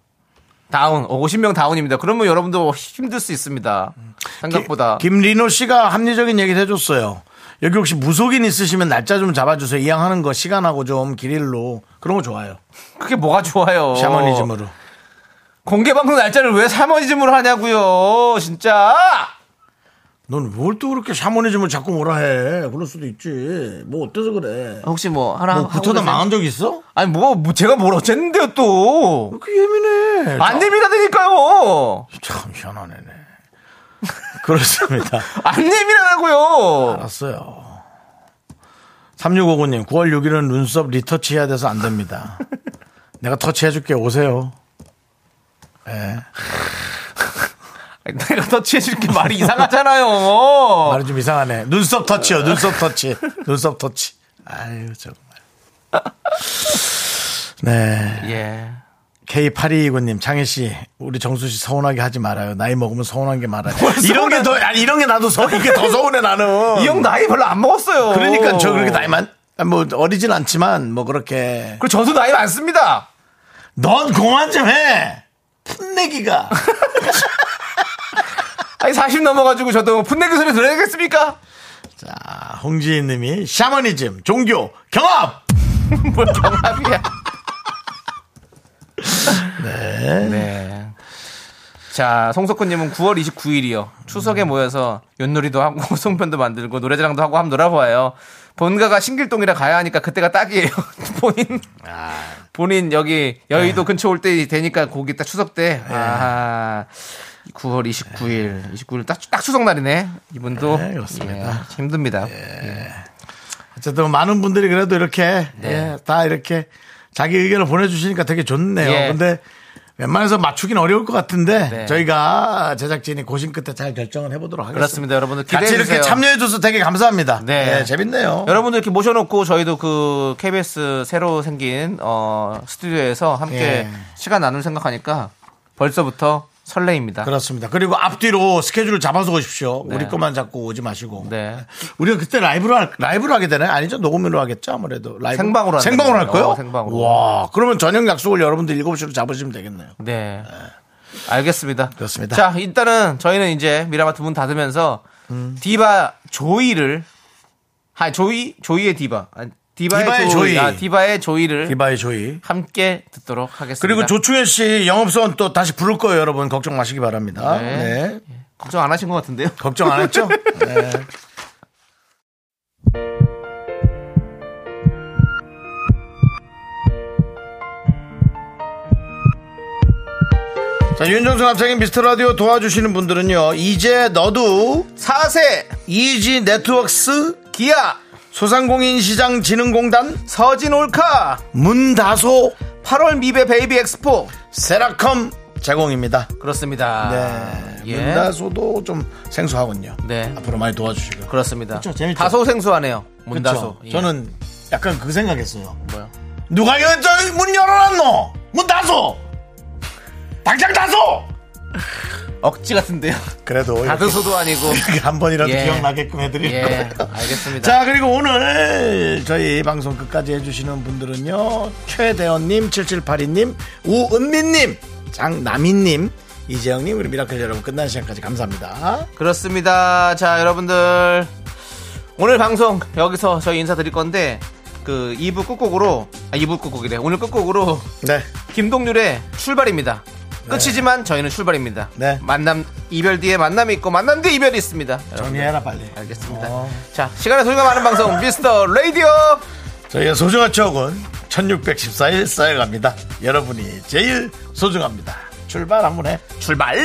Speaker 2: 다운. 어, 50명 다운입니다. 그러면 여러분도 힘들 수 있습니다. 생각보다.
Speaker 1: 김리노 씨가 합리적인 얘기를 해줬어요. 여기 혹시 무속인 있으시면 날짜 좀 잡아주세요. 이왕 하는 거 시간하고 좀 길일로 그런 거 좋아요.
Speaker 2: 그게 뭐가 좋아요.
Speaker 1: 샤머니즘으로.
Speaker 2: 공개 방송 날짜를 왜 사머니즘으로 하냐고요. 진짜.
Speaker 1: 넌 뭘 또 그렇게 샤머니즘을 자꾸 뭐라 해? 그럴 수도 있지. 뭐 어때서 그래?
Speaker 2: 혹시 뭐 하나
Speaker 1: 뭐
Speaker 2: 하고
Speaker 1: 구토다
Speaker 2: 계세요?
Speaker 1: 망한 적 있어?
Speaker 2: 아니 뭐, 뭐 제가 뭘 어쨌는데요 또.
Speaker 1: 그렇게 예민해.
Speaker 2: 아, 안 예민하다니까요.
Speaker 1: 참 희한하네. (laughs) 그렇습니다.
Speaker 2: 안 예민하다고요.
Speaker 1: 알았어요. 3659님, 9월 6일은 눈썹 리터치 해야 돼서 안 됩니다. 내가 터치해줄게, 오세요.
Speaker 2: 내가 터치해줄 게 말이 이상하잖아요.
Speaker 1: 말이 좀 이상하네. 눈썹 터치요, 눈썹 터치. 눈썹 터치. 아유, 정말. 네.
Speaker 2: 예.
Speaker 1: K8229님, 장혜씨, 우리 정수씨 서운하게 하지 말아요. 나이 먹으면 서운한 게 많아요. 이런 게 더, 아니, 이런 게 나도 서, 이게 더 서운해, 나는.
Speaker 2: 이 형 나이 별로 안 먹었어요.
Speaker 1: 그러니까 저 그렇게 나이 많, 뭐, 어리진 않지만, 뭐, 그렇게.
Speaker 2: 그리고 저도 나이 많습니다.
Speaker 1: 넌 그만 좀 해! 풋내기가.
Speaker 2: 아니 40 넘어가지고 저도 뭐 풋내기 소리 들어야겠습니까?
Speaker 1: 자, 아, 홍지인 님이 샤머니즘, 종교, 경합!
Speaker 2: 뭘 경합이야. 네. 네. 자, 송석훈님은 9월 29일이요. 추석에
Speaker 1: 음.
Speaker 2: 모여서 윷놀이도 하고 (laughs) 송편도 만들고 노래자랑도 하고 한번 놀아봐요. 본가가 신길동이라 가야 하니까 그때가 딱이에요. (laughs) 본인
Speaker 1: 아.
Speaker 2: 본인 여기
Speaker 1: 네.
Speaker 2: 여의도 근처 올 때 되니까 거기 딱 추석 때. 아, 9월 29일, 29일 딱, 딱 추석 날이네. 이분도
Speaker 1: 네, 그렇습니다.
Speaker 2: 예, 힘듭니다.
Speaker 1: 어쨌든 많은 분들이 그래도 이렇게,
Speaker 2: 네.
Speaker 1: 예, 다 이렇게 자기 의견을 보내주시니까 되게 좋네요.
Speaker 2: 예.
Speaker 1: 근데 웬만해서 맞추긴 어려울 것 같은데
Speaker 2: 네.
Speaker 1: 저희가 제작진이 고심 끝에 잘 결정을 해보도록 하겠습니다.
Speaker 2: 그렇습니다, 여러분들
Speaker 1: 같이
Speaker 2: 기대해
Speaker 1: 이렇게
Speaker 2: 주세요.
Speaker 1: 참여해줘서 되게 감사합니다.
Speaker 2: 네.
Speaker 1: 예, 재밌네요.
Speaker 2: 여러분들 이렇게 모셔놓고 저희도 그 KBS 새로 생긴 어, 스튜디오에서 함께
Speaker 1: 예.
Speaker 2: 시간 나눌 생각하니까 벌써부터 설레입니다.
Speaker 1: 그렇습니다. 그리고 앞뒤로 스케줄을 잡아서 오십시오.
Speaker 2: 네.
Speaker 1: 우리 것만 잡고 오지 마시고.
Speaker 2: 네.
Speaker 1: 우리가 그때 라이브로 할, 라이브로 하게 되나요? 아니죠. 녹음으로 하겠죠. 아무래도 라이브.
Speaker 2: 생방으로 한다는
Speaker 1: 생방으로 할
Speaker 2: 거예요.
Speaker 1: 거예요?
Speaker 2: 어, 생방으로.
Speaker 1: 와, 그러면 저녁 약속을 여러분들 7시로 잡으시면 되겠네요.
Speaker 2: 네. 알겠습니다.
Speaker 1: 그렇습니다.
Speaker 2: 자, 일단은 저희는 이제 미라마트 문 닫으면서
Speaker 1: 음.
Speaker 2: 디바 조이를 아 조이 조이의 디바 아, 디바의,
Speaker 1: 디바의
Speaker 2: 조이,
Speaker 1: 조이.
Speaker 2: 아, 디바의 조이를
Speaker 1: 디바이 조이.
Speaker 2: 함께 듣도록 하겠습니다.
Speaker 1: 그리고 조충현 씨 영업소원 또 다시 부를 거예요, 여러분. 걱정 마시기 바랍니다.
Speaker 2: 네.
Speaker 1: 네.
Speaker 2: 걱정 안 하신 것 같은데요?
Speaker 1: 걱정 안
Speaker 2: (laughs)
Speaker 1: 했죠? 네. 자, 윤정수 남창인 미스터 라디오 도와주시는 분들은요. 이제 너도
Speaker 2: 4세
Speaker 1: 이지 네트웍스
Speaker 2: 기아
Speaker 1: 소상공인 시장 진흥공단
Speaker 2: 서진 올카
Speaker 1: 문다소
Speaker 2: 8월 미베 베이비 엑스포
Speaker 1: 세라컴 제공입니다.
Speaker 2: 그렇습니다.
Speaker 1: 네.
Speaker 2: 예.
Speaker 1: 문다소도 좀 생소하군요.
Speaker 2: 네.
Speaker 1: 앞으로 많이 도와주시고요.
Speaker 2: 그렇습니다.
Speaker 1: 그쵸, 재밌죠?
Speaker 2: 다소 생소하네요. 문다소.
Speaker 1: 그쵸?
Speaker 2: 예.
Speaker 1: 저는 약간 그 생각했어요.
Speaker 2: 뭐요?
Speaker 1: 누가 여, 저, 문 열어놨노? 문 닫소! 당장 닫소!
Speaker 2: 억지 같은데요.
Speaker 1: 그래도 이렇게
Speaker 2: (laughs) 다소도
Speaker 1: (laughs)
Speaker 2: 아니고.
Speaker 1: 한 번이라도
Speaker 2: 예.
Speaker 1: 기억나게끔 해드릴
Speaker 2: 예.
Speaker 1: 거예요.
Speaker 2: 알겠습니다.
Speaker 1: 자, 그리고 오늘 저희 방송 끝까지 해주시는 분들은요. 최대원님, 7782님, 우은민님, 장남인님, 이재영님, 우리 미라클 여러분 끝나는 시간까지 감사합니다.
Speaker 2: 그렇습니다. 자, 여러분들. 오늘 방송 여기서 저희 인사드릴 건데 그 2부 끝곡으로 아 2부 끝곡이래. 오늘 끝곡으로
Speaker 1: 네.
Speaker 2: 김동률의 출발입니다. 끝이지만 저희는 출발입니다.
Speaker 1: 네.
Speaker 2: 만남 이별 뒤에 만남이 있고 만남 뒤에 이별이 있습니다. 여러분들.
Speaker 1: 정리해라, 빨리.
Speaker 2: 알겠습니다.
Speaker 1: 어.
Speaker 2: 자, 시간의 소리가 많은 방송 미스터 라디오.
Speaker 1: 저희의 소중한 추억은 1614일 쌓여갑니다. 여러분이 제일 소중합니다. 출발 (laughs) 한번 해.
Speaker 2: 출발!